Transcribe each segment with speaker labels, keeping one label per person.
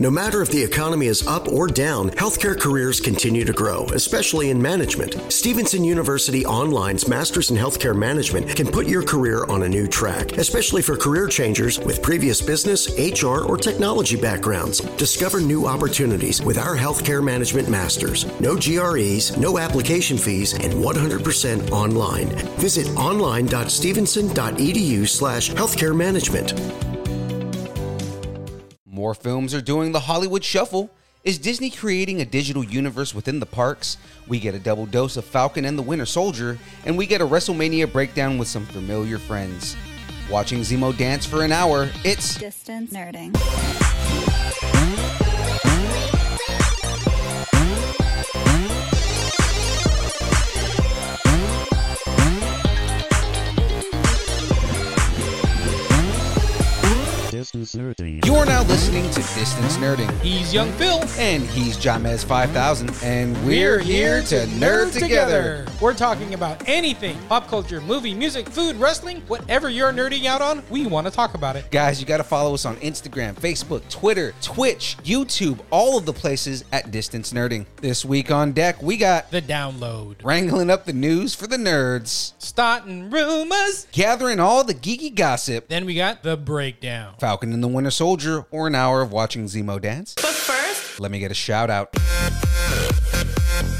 Speaker 1: No matter if the economy is up or down, healthcare careers continue to grow, especially in management. Stevenson University Online's Masters in Healthcare Management can put your career on a new track, especially for career changers with previous business, HR, or technology backgrounds. Discover new opportunities with our Healthcare Management Masters. No GREs, no application fees, and 100% online. Visit online.stevenson.edu E slash healthcare management.
Speaker 2: More films are doing the Hollywood Shuffle. Is Disney creating a digital universe within the parks? We get a double dose of Falcon and the Winter Soldier, and we get a WrestleMania breakdown with some familiar friends. Watching Zemo dance for an hour, it's
Speaker 3: Distance nerding.
Speaker 4: Distance nerdy.
Speaker 2: You're now listening to Distance Nerding.
Speaker 5: He's Young Phil.
Speaker 2: And he's Jamez 5000, and we're, here, to nerd together.
Speaker 5: We're talking about anything pop culture, movie, music, food, wrestling, whatever you're nerding out on, we want to talk about it.
Speaker 2: Guys, you got to follow us on Instagram, Facebook, Twitter, Twitch, YouTube, all of the places at Distance Nerding. This week on deck, we got
Speaker 5: The download.
Speaker 2: wrangling up the news for the nerds,
Speaker 5: Starting rumors.
Speaker 2: gathering all the geeky gossip,
Speaker 5: Then we got the breakdown.
Speaker 2: Falcon and the Winter Soldier, or an hour of watching Zemo dance.
Speaker 6: But first,
Speaker 2: Let me get a shout out.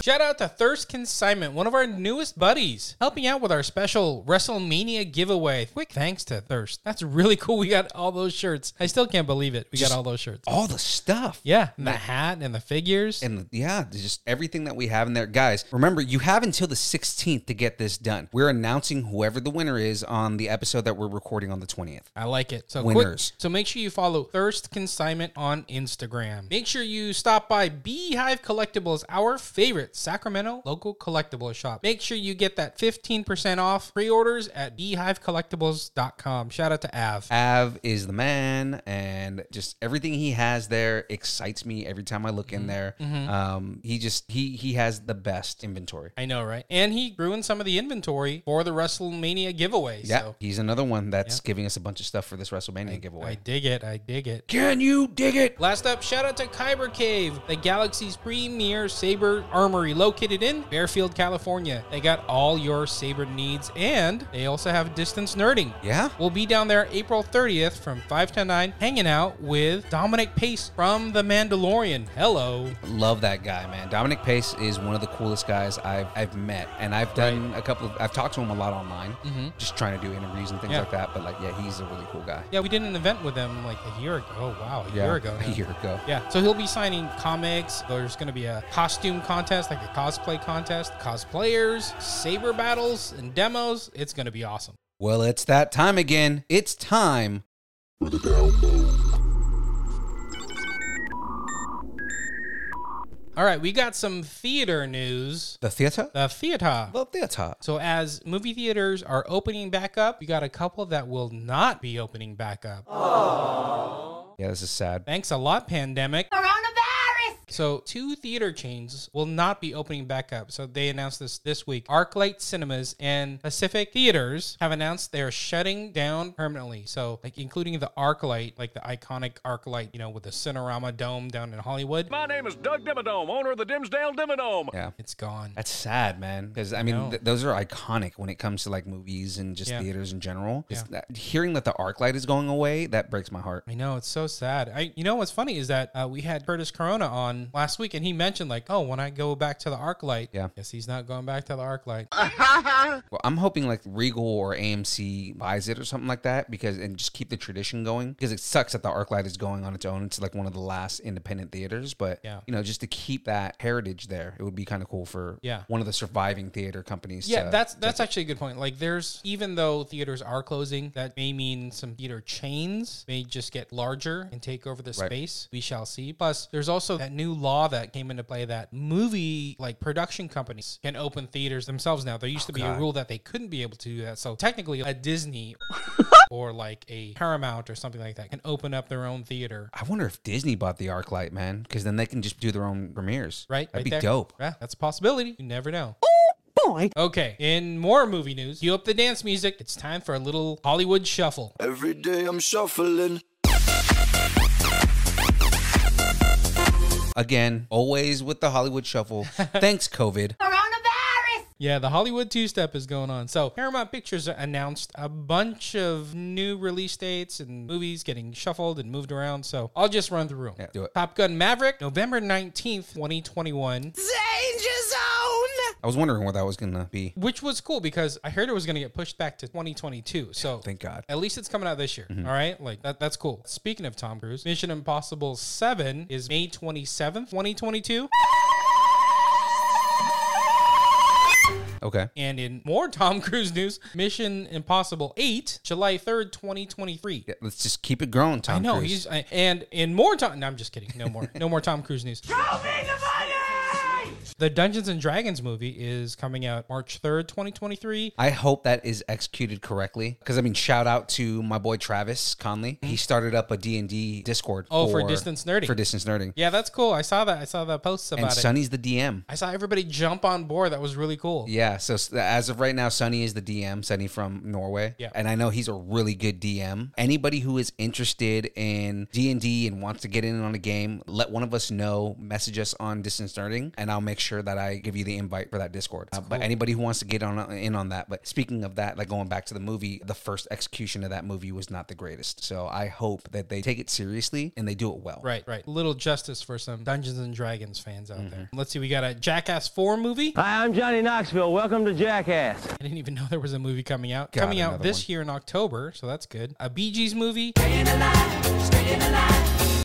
Speaker 5: Shout out to Thirst Consignment, one of our newest buddies, helping out with our special WrestleMania giveaway. Quick thanks to Thirst. That's really cool. We got all those shirts. I still can't believe it. We got all those shirts.
Speaker 2: All the stuff.
Speaker 5: Yeah, and the hat and the figures.
Speaker 2: and yeah, there's just everything that we have in there. Guys, remember you have until the 16th to get this done. We're announcing whoever the winner is on the episode that we're recording on the 20th.
Speaker 5: I like it. So
Speaker 2: Winners.
Speaker 5: Quick, so make sure you follow Thirst Consignment on Instagram. Make sure you stop by Beehive Collectibles, our favorite Sacramento local collectible shop. Make sure you get that 15% off pre-orders at beehivecollectibles.com. Shout out to Av.
Speaker 2: Av is the man, and just everything he has there excites me every time I look in there. Um, he just he he has the best inventory.
Speaker 5: I know, right? And he grew in some of the inventory for the WrestleMania giveaway.
Speaker 2: Yeah,
Speaker 5: So
Speaker 2: he's another one that's giving us a bunch of stuff for this WrestleMania giveaway.
Speaker 5: I dig it. I dig it.
Speaker 2: Can you dig it?
Speaker 5: Last up, shout out to Kyber Cave, the galaxy's premier saber armory located in Fairfield, California. They got all your saber needs and they also have distance nerding.
Speaker 2: Yeah.
Speaker 5: We'll be down there April 30th from 5 to 9 hanging out with Dominic Pace from The Mandalorian. Hello.
Speaker 2: Love that guy, man. Dominic Pace is one of the coolest guys I've I've met, and I've done a couple of I've talked to him a lot online, just trying to do interviews and things
Speaker 5: Mm-hmm. Yeah.
Speaker 2: like that. But like, yeah, he's a really cool guy.
Speaker 5: Yeah, we did an event with him like a year ago. Oh, wow. A year ago.
Speaker 2: a
Speaker 5: now.
Speaker 2: year ago.
Speaker 5: Yeah, so he'll be signing comics. There's going to be a costume contest, like a cosplay contest, cosplayers, saber battles, and demos. It's going to be awesome.
Speaker 2: Well, it's that time again. It's time.
Speaker 5: All right, we got some theater news.
Speaker 2: The theater.
Speaker 5: The theater.
Speaker 2: The theater.
Speaker 5: So, as movie theaters are opening back up, we got a couple that will not be opening back up.
Speaker 2: Yeah, this is sad.
Speaker 5: Thanks a lot, pandemic.
Speaker 6: coronavirus!
Speaker 5: So, two theater chains will not be opening back up. So, they announced this this week. ArcLight Cinemas and Pacific Theaters have announced they're shutting down permanently. So, like including the ArcLight, like the iconic ArcLight, you know, with the Cinerama Dome down in Hollywood,
Speaker 7: My name is Doug Dimmadome, owner of the Dimsdale Dimmadome.
Speaker 2: Yeah.
Speaker 5: it's gone.
Speaker 2: That's sad, man. Because I mean,
Speaker 5: know.
Speaker 2: th- those are iconic when it comes to like movies and just
Speaker 5: Yeah.
Speaker 2: theaters in general. Just
Speaker 5: Yeah.
Speaker 2: that- hearing that the arc light is going away, that breaks my heart.
Speaker 5: I know it's so sad. I, you know, what's funny is that uh, we had Curtis Corona on last week, and he mentioned like, oh, when I go back to the arc light,
Speaker 2: Yeah.
Speaker 5: guess he's not going back to the arc light.
Speaker 2: Well, I'm hoping like Regal or AMC buys it or something like that because and just keep the tradition going because it sucks that the ArcLight is going on its own. It's like one of the last independent theaters, but
Speaker 5: Yeah.
Speaker 2: you know, just to keep that heritage there, it would be kind of cool for
Speaker 5: Yeah.
Speaker 2: one of the surviving theater companies.
Speaker 5: Yeah,
Speaker 2: to-
Speaker 5: that's that's actually a good point. Like, there's even though theaters are closing, that may mean some theater chains may just get larger and take over the
Speaker 2: Right.
Speaker 5: space. We shall see. Plus, there's also that new law that came into play that movie like production companies can open theaters themselves now. There
Speaker 2: Oh,
Speaker 5: used to be a rule that they couldn't be able to do that. So technically, a Disney or like a Paramount or something like that can open up their own theater.
Speaker 2: I wonder if Disney bought the ArcLight, man, because then they can just do their own premieres.
Speaker 5: Right,
Speaker 2: that'd
Speaker 5: right
Speaker 2: be
Speaker 5: there.
Speaker 2: dope.
Speaker 5: Yeah, that's a possibility. You never know. boy. Okay, in more movie news, cue up the dance music. It's time for a little Hollywood shuffle.
Speaker 8: Every day I'm shuffling.
Speaker 2: Again, always with the Hollywood shuffle. Thanks, COVID.
Speaker 3: Coronavirus!
Speaker 5: Yeah, the Hollywood two step is going on. So Paramount Pictures announced a bunch of new release dates and movies getting shuffled and moved around. So I'll just run through them.
Speaker 2: Yeah, do it.
Speaker 5: Top Gun Maverick, November 19th, 2021,
Speaker 3: Danger zone!
Speaker 2: I was wondering what that was going to be.
Speaker 5: which was cool because I heard it was going to get pushed back to 2022. So
Speaker 2: Thank God.
Speaker 5: At least it's coming out this year.
Speaker 2: Mm-hmm.
Speaker 5: all right. Like that, that's cool. Speaking of Tom Cruise, Mission Impossible 7 is May 27th, 2022.
Speaker 2: Okay.
Speaker 5: And in more Tom Cruise news, Mission Impossible 8, July 3rd, 2023.
Speaker 2: Yeah, let's just keep it growing, Tom.
Speaker 5: I know
Speaker 2: Cruise.
Speaker 5: he's I, and in more Tom. No, I'm just kidding. No more. no more Tom Cruise news. The Dungeons and Dragons movie is coming out March 3rd, 2023.
Speaker 2: I hope that is executed correctly. Because I mean, shout out to my boy Travis Conley. He started up a D and D Discord.
Speaker 5: Mm-hmm. Oh, for distance nerding.
Speaker 2: For distance nerding.
Speaker 5: Yeah, that's cool. I saw that. I saw the posts about
Speaker 2: and
Speaker 5: it.
Speaker 2: Sonny's the DM.
Speaker 5: I saw everybody jump on board. That was really cool.
Speaker 2: Yeah. So s- as of right now, Sonny is the DM. Sonny from Norway.
Speaker 5: Yeah.
Speaker 2: And I know he's a really good DM. Anybody who is interested in D and D and wants to get in on a game, let one of us know. Message us on distance nerding, and I'll make sure that I give you the invite for that Discord. Uh, But anybody who wants to get on in on that. But speaking of that, like going back to the movie, the first execution of that movie was not the greatest. So I hope that they take it seriously and they do it well.
Speaker 5: Right, right. Little justice for some Dungeons and Dragons fans out there.
Speaker 2: Mm-hmm.
Speaker 5: Let's see, we got a Jackass 4 movie.
Speaker 4: Hi, I'm Johnny Knoxville. Welcome to Jackass.
Speaker 5: I didn't even know there was a movie coming out. coming out
Speaker 2: another
Speaker 5: this
Speaker 2: one.
Speaker 5: year in October, so that's good. A Bee Gees movie.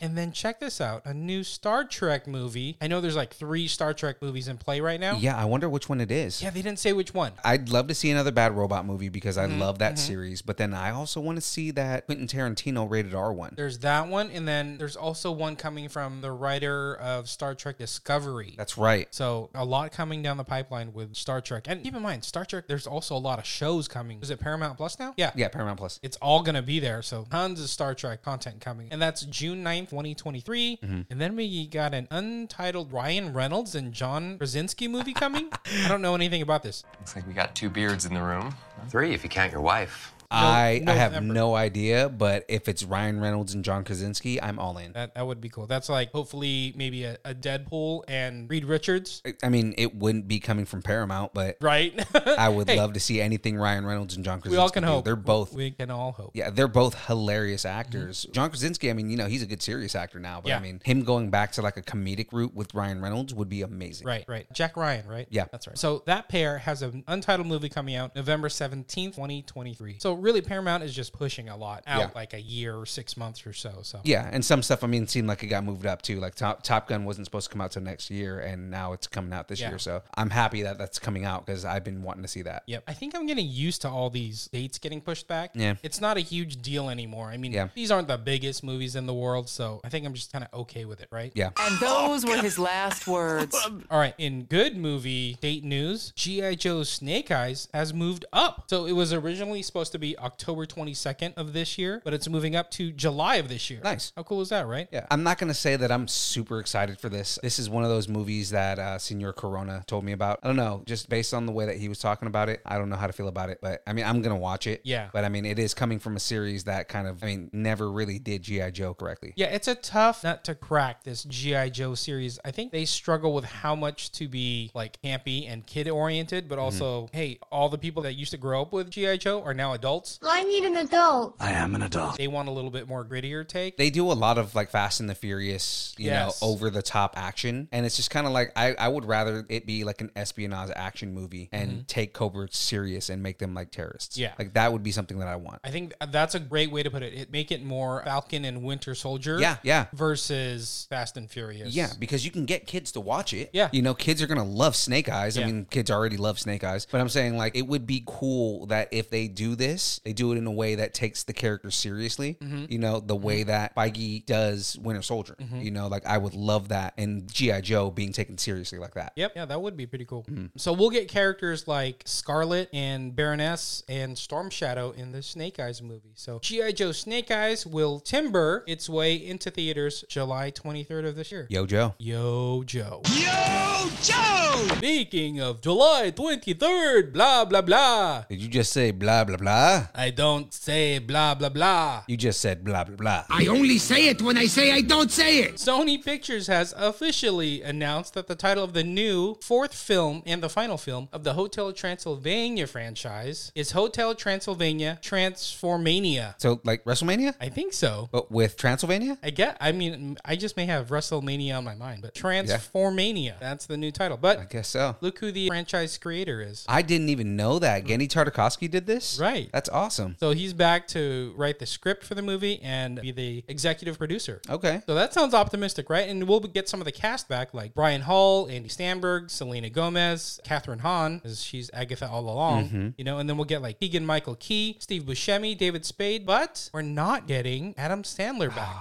Speaker 5: And then check this out a new Star Trek movie. I know there's like three Star Trek movies in play right now.
Speaker 2: Yeah. I wonder which one it is.
Speaker 5: Yeah, they didn't say which one.
Speaker 2: I'd love to see another Bad Robot movie because
Speaker 5: Mm-hmm,
Speaker 2: I love that series, but then I also want to see that Quentin Tarantino rated R one.
Speaker 5: There's that one, and then there's also one coming from the writer of Star Trek Discovery.
Speaker 2: That's right.
Speaker 5: So a lot coming down the pipeline with Star Trek. And keep in mind, Star Trek, there's also a lot of shows coming. Is it Paramount Plus now? Yeah.
Speaker 2: Yeah, Paramount Plus.
Speaker 5: It's all going to be there. So tons of Star Trek content coming. And that's June 9th, 2023.
Speaker 2: Mm-hmm.
Speaker 5: And then we got an untitled Ryan Reynolds and John Krasinski movie coming. I don't know anything about this.
Speaker 6: Looks like we got two beards in the room. Three, if you count your wife.
Speaker 2: I, I have
Speaker 5: November.
Speaker 2: no idea, but if it's Ryan Reynolds and John Krasinski, I'm all in.
Speaker 5: That, that would be cool. That's like hopefully maybe a, a Deadpool and Reed Richards,
Speaker 2: I- I mean, it wouldn't be coming from Paramount, but
Speaker 5: right?
Speaker 2: I would love to see anything Ryan Reynolds and John Krasinski.
Speaker 5: we all can
Speaker 2: do.
Speaker 5: hope.
Speaker 2: They're both.
Speaker 5: We can all hope.
Speaker 2: yeah, they're both hilarious actors. John Krasinski, I mean, you know, he's a good serious actor now, but
Speaker 5: Yeah.
Speaker 2: I mean, him going back to like a comedic route with Ryan Reynolds would be amazing.
Speaker 5: Right, right. Jack Ryan, right?
Speaker 2: Yeah.
Speaker 5: That's right. So that pair has an untitled movie coming out November 17th, 2023. So really, Paramount is just pushing a lot out,
Speaker 2: Yeah.
Speaker 5: like a year or six months or so. So
Speaker 2: Yeah, and some stuff I mean seemed like it got moved up too. Like Top Top Gun wasn't supposed to come out till next year, and now it's coming out this
Speaker 5: Yeah.
Speaker 2: year. So I'm happy that that's coming out because I've been wanting to see that.
Speaker 5: Yep. I think I'm getting used to all these dates getting pushed back.
Speaker 2: Yeah.
Speaker 5: It's not a huge deal anymore. I mean,
Speaker 2: Yeah.
Speaker 5: these aren't the biggest movies in the world, so I think I'm just kind of okay with it, right?
Speaker 2: Yeah.
Speaker 8: And those were his last words.
Speaker 5: All right. In good movie date news, G.I. Joe's Snake Eyes has moved up. So it was originally supposed to be October 22nd of this year, but it's moving up to July of this year.
Speaker 2: Nice.
Speaker 5: How cool is that, right?
Speaker 2: Yeah, I'm not gonna say that I'm super excited for this. This is one of those movies that uh, Senor Corona told me about. I don't know, just based on the way that he was talking about it, I don't know how to feel about it. But I mean, I'm gonna watch it.
Speaker 5: Yeah.
Speaker 2: But I mean, it is coming from a series that kind of, I mean, never really did GI Joe correctly.
Speaker 5: Yeah, it's a tough nut to crack this GI Joe series. I think they struggle with how much to be like campy and kid oriented,
Speaker 2: Mm-hmm.
Speaker 5: but also, hey, all the people that used to grow up with GI Joe are now adults.
Speaker 3: I need an adult.
Speaker 4: I am an adult.
Speaker 5: They want a little bit more grittier take.
Speaker 2: they do a lot of like Fast and the Furious, you
Speaker 5: Yes.
Speaker 2: know, over the top action. And it's just kind of like, I, I would rather it be like an espionage action movie and take Cobra serious and make them like terrorists.
Speaker 5: Mm-hmm. Yeah.
Speaker 2: Like that would be something that I want.
Speaker 5: I think that's a great way to put it. it. Make it more Falcon and Winter Soldier.
Speaker 2: Yeah, yeah.
Speaker 5: Versus Fast and Furious.
Speaker 2: Yeah, because you can get kids to watch it.
Speaker 5: Yeah.
Speaker 2: You know, kids are going to love Snake Eyes.
Speaker 5: Yeah.
Speaker 2: I mean, kids already love Snake Eyes. But I'm saying, like, it would be cool that if they do this, they do it in a way that takes the character seriously. You know, the way that Feige does Winter Soldier. You know, like, I would love that. And G.I. Joe being taken seriously like that.
Speaker 5: Yep. Yeah, that would be pretty cool. So we'll get characters like Scarlet and Baroness and Storm Shadow in the Snake Eyes movie. So G.I. Joe Snake Eyes will timber its way into theaters July 23rd of this year.
Speaker 2: Yo, Joe.
Speaker 5: Yo, Joe. Yo, Joe! Speaking of July 23rd, blah, blah, blah.
Speaker 2: Did you just say blah blah blah? blah.
Speaker 5: I don't say blah blah blah.
Speaker 2: You just said blah, blah, blah.
Speaker 9: I only say it when I say I don't say it.
Speaker 5: Sony Pictures has officially announced that the title of the new fourth film and the final film of the Hotel Transylvania franchise is Hotel Transylvania Transformania.
Speaker 2: So, like WrestleMania,
Speaker 5: I think so.
Speaker 2: but with Transylvania?
Speaker 5: I get. I mean, I just may have WrestleMania on my mind, but Transformania. That's the new title. But
Speaker 2: I guess so.
Speaker 5: look who the franchise creator is.
Speaker 2: I didn't even know that. Genny Tartakovsky did this?
Speaker 5: Right.
Speaker 2: That's awesome.
Speaker 5: So he's back to write the script for the movie and be the executive producer.
Speaker 2: Okay.
Speaker 5: So that sounds optimistic, right? And we'll get some of the cast back, like Brian Hall, Andy Stamberg, Selena Gomez, Catherine Hahn, as she's Agatha all along, you know, and then we'll get like Keegan Michael Key, Steve Buscemi, David Spade, but we're not getting Adam Sandler back.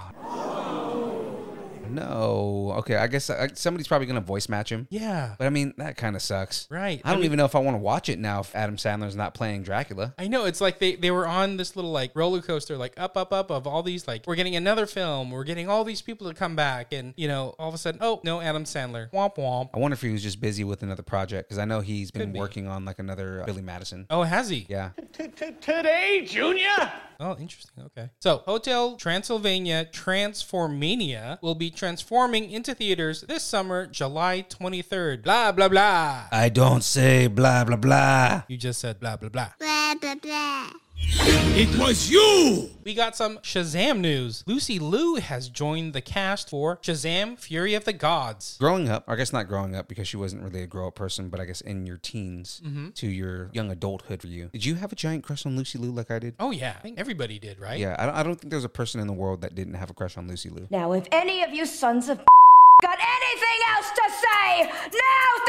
Speaker 2: No. Okay. I guess uh, somebody's probably going to voice match him.
Speaker 5: yeah.
Speaker 2: But I mean, that kind of sucks.
Speaker 5: Right.
Speaker 2: I don't
Speaker 5: I mean-
Speaker 2: even know if I want to watch it now if Adam Sandler's not playing Dracula.
Speaker 5: I know it's like they, they were on this little like roller coaster like up up up of all these like we're getting another film we're getting all these people to come back and you know all of a sudden oh no Adam Sandler womp womp
Speaker 2: I wonder if he was just busy with another project because I know he's been
Speaker 5: Could be.
Speaker 2: working on like another uh, Billy Madison.
Speaker 5: oh has he
Speaker 2: Yeah.
Speaker 7: Today, Junior?
Speaker 5: Oh, interesting. Okay. So, Hotel Transylvania Transformania will be transforming into theaters this summer, July 23rd. Blah, blah, blah.
Speaker 2: I don't say blah, blah, blah.
Speaker 5: You just said blah, blah, blah.
Speaker 3: Blah, blah, blah.
Speaker 9: It was you.
Speaker 5: We got some Shazam news. Lucy Liu has joined the cast for Shazam Fury of the Gods.
Speaker 2: Growing up, or I guess not growing up because she wasn't really a grow up person, but I guess in your teens
Speaker 5: Mm-hmm.
Speaker 2: to your young adulthood for you, did you have a giant crush on Lucy Liu like I did?
Speaker 5: Oh, yeah. I think everybody did, right?
Speaker 2: Yeah, I don't, I don't think there's a person in the world that didn't have a crush on Lucy Liu.
Speaker 10: Now, if any of you sons of got anything else to say, now's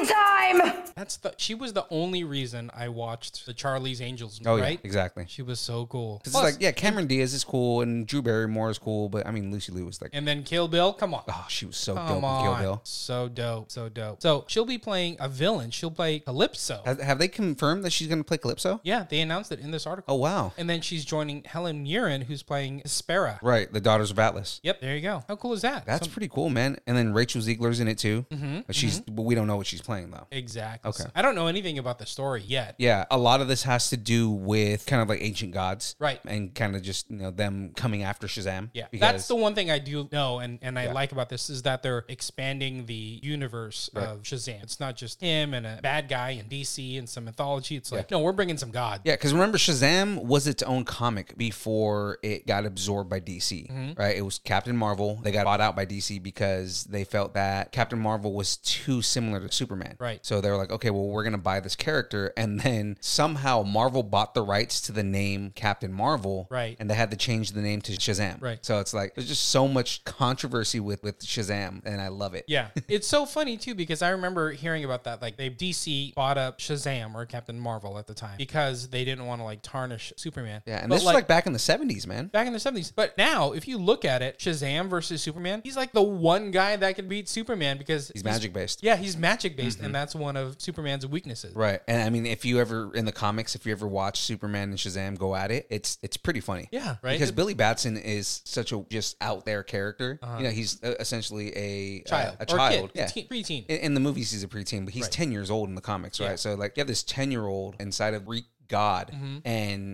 Speaker 10: the time.
Speaker 5: That's the, she was the only reason I watched the Charlie's Angels,
Speaker 2: Oh,
Speaker 5: right?
Speaker 2: yeah, exactly.
Speaker 5: She was so cool.
Speaker 2: 'Cause
Speaker 5: Plus-
Speaker 2: it's like, yeah, Cameron Diaz is cool and Drew Barrymore is cool, but I mean, Lucy Liu was like,
Speaker 5: and then Kill Bill, come on.
Speaker 2: oh, she was so
Speaker 5: Come
Speaker 2: dope in Kill
Speaker 5: on.
Speaker 2: Bill.
Speaker 5: So dope. So dope. So she'll be playing a villain. She'll play Calypso.
Speaker 2: Have, have they confirmed that she's going to play Calypso?
Speaker 5: yeah, they announced it in this article.
Speaker 2: Oh, wow.
Speaker 5: And then she's joining Helen Mirren, who's playing Hespera.
Speaker 2: Right, the Daughters of Atlas.
Speaker 5: Yep, there you go. How cool is that?
Speaker 2: That's
Speaker 5: So-
Speaker 2: pretty cool, man. And then Rachel Ziegler's in it too.
Speaker 5: Mm-hmm,
Speaker 2: But she's, but we don't know what she's playing though.
Speaker 5: exactly.
Speaker 2: Okay.
Speaker 5: So I don't know anything about the story yet.
Speaker 2: Yeah, a lot of this has to do with kind of like ancient gods,
Speaker 5: Right.
Speaker 2: And kind of just you know them coming after Shazam.
Speaker 5: Yeah,
Speaker 2: because-
Speaker 5: that's the one thing I do know and, and I like about this is that they're expanding the universe of Shazam. It's not just him and a bad guy and DC and some mythology. It's like, no, we're bringing some God.
Speaker 2: Yeah, because remember, Shazam was its own comic before it got absorbed by DC,
Speaker 5: Mm-hmm.
Speaker 2: right? It was Captain Marvel. They got bought out by DC because they felt that Captain Marvel was too similar to Superman.
Speaker 5: Right.
Speaker 2: So they were like, okay, well, we're going to buy this character. And then somehow Marvel bought the rights to the name Captain Marvel.
Speaker 5: Right.
Speaker 2: And they had to change the name to Shazam.
Speaker 5: Right.
Speaker 2: So it's like, there's just so much controversy with, with Shazam, and I love it.
Speaker 5: Yeah. it's so funny too because I remember hearing about that. Like they DC bought up Shazam or Captain Marvel at the time because they didn't want to like tarnish Superman.
Speaker 2: Yeah. And
Speaker 5: But,
Speaker 2: this was like back in the 70s, man.
Speaker 5: back in the 70s. But now, if you look at it, Shazam versus Superman, he's like the one guy that could beat Superman because
Speaker 2: He's magic based.
Speaker 5: Yeah, he's magic based, and that's one of Superman's weaknesses.
Speaker 2: Right. And I mean, if you ever in the comics, if you ever watch Superman and Shazam go at it, it's it's pretty funny.
Speaker 5: Yeah, right?
Speaker 2: Because Billy Batson is such a just out there character. You know, he's uh, essentially a uh,
Speaker 5: Uh-huh. Child.
Speaker 2: a
Speaker 5: Or
Speaker 2: child,
Speaker 5: kid, teen- preteen.
Speaker 2: In, in the movies, he's a preteen, but he's ten years old in the comics, right?
Speaker 5: Yeah.
Speaker 2: So like, you have this ten year old inside of Greek god, and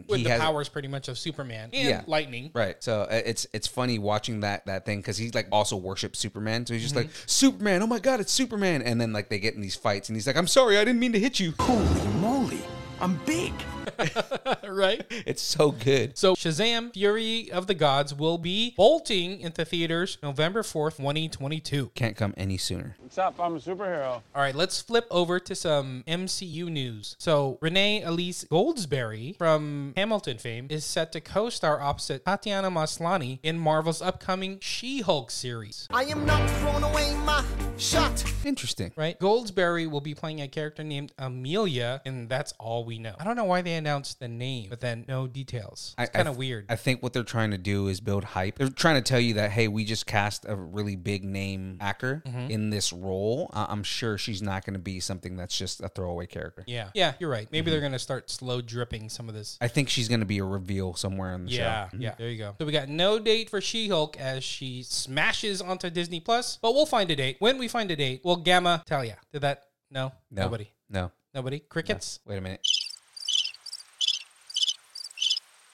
Speaker 5: Mm-hmm. With
Speaker 2: he
Speaker 5: the
Speaker 2: has
Speaker 5: powers pretty much of Superman and
Speaker 2: Yeah.
Speaker 5: lightning.
Speaker 2: Right. So uh, it's it's funny watching that that thing because he like also worships Superman. So he's
Speaker 5: Mm-hmm.
Speaker 2: just like Superman. Oh my God, it's Superman. And then like they get in these fights, and he's like, I'm sorry, I didn't mean to hit you.
Speaker 4: Holy moly, I'm big.
Speaker 5: right?
Speaker 2: It's so good.
Speaker 5: So Shazam Fury of the Gods will be bolting into theaters November 4th, 2022.
Speaker 2: can't come any sooner.
Speaker 7: What's up? I'm a superhero.
Speaker 5: All right, let's flip over to some MCU news. So, Renee Elise Goldsberry from Hamilton fame is set to co star opposite Tatiana Maslani in Marvel's upcoming She Hulk series.
Speaker 9: I am not throwing away my shot.
Speaker 2: Interesting.
Speaker 5: Right? Goldsberry will be playing a character named Amelia, and that's all we know. I don't know why they announced the name, but then no details. It's kind of weird.
Speaker 2: I think what they're trying to do is build hype. They're trying to tell you that hey, we just cast a really big name actor
Speaker 5: Mm-hmm.
Speaker 2: in this role. I- I'm sure she's not going to be something that's just a throwaway character.
Speaker 5: yeah. Yeah, you're right.
Speaker 2: Mm-hmm.
Speaker 5: Maybe they're going to start slow dripping some of this
Speaker 2: I think she's going to be a reveal somewhere in the
Speaker 5: Yeah,
Speaker 2: show. Mm-hmm.
Speaker 5: yeah. There you go. So we got no date for She-Hulk as she smashes onto Disney Plus, but we'll find a date. When we find a date, we'll gamma tell ya. Did that? No,
Speaker 2: No.
Speaker 5: nobody,
Speaker 2: No.
Speaker 5: nobody. Crickets.
Speaker 2: Wait a minute.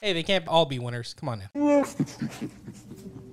Speaker 5: Hey, they can't all be winners. Come on now.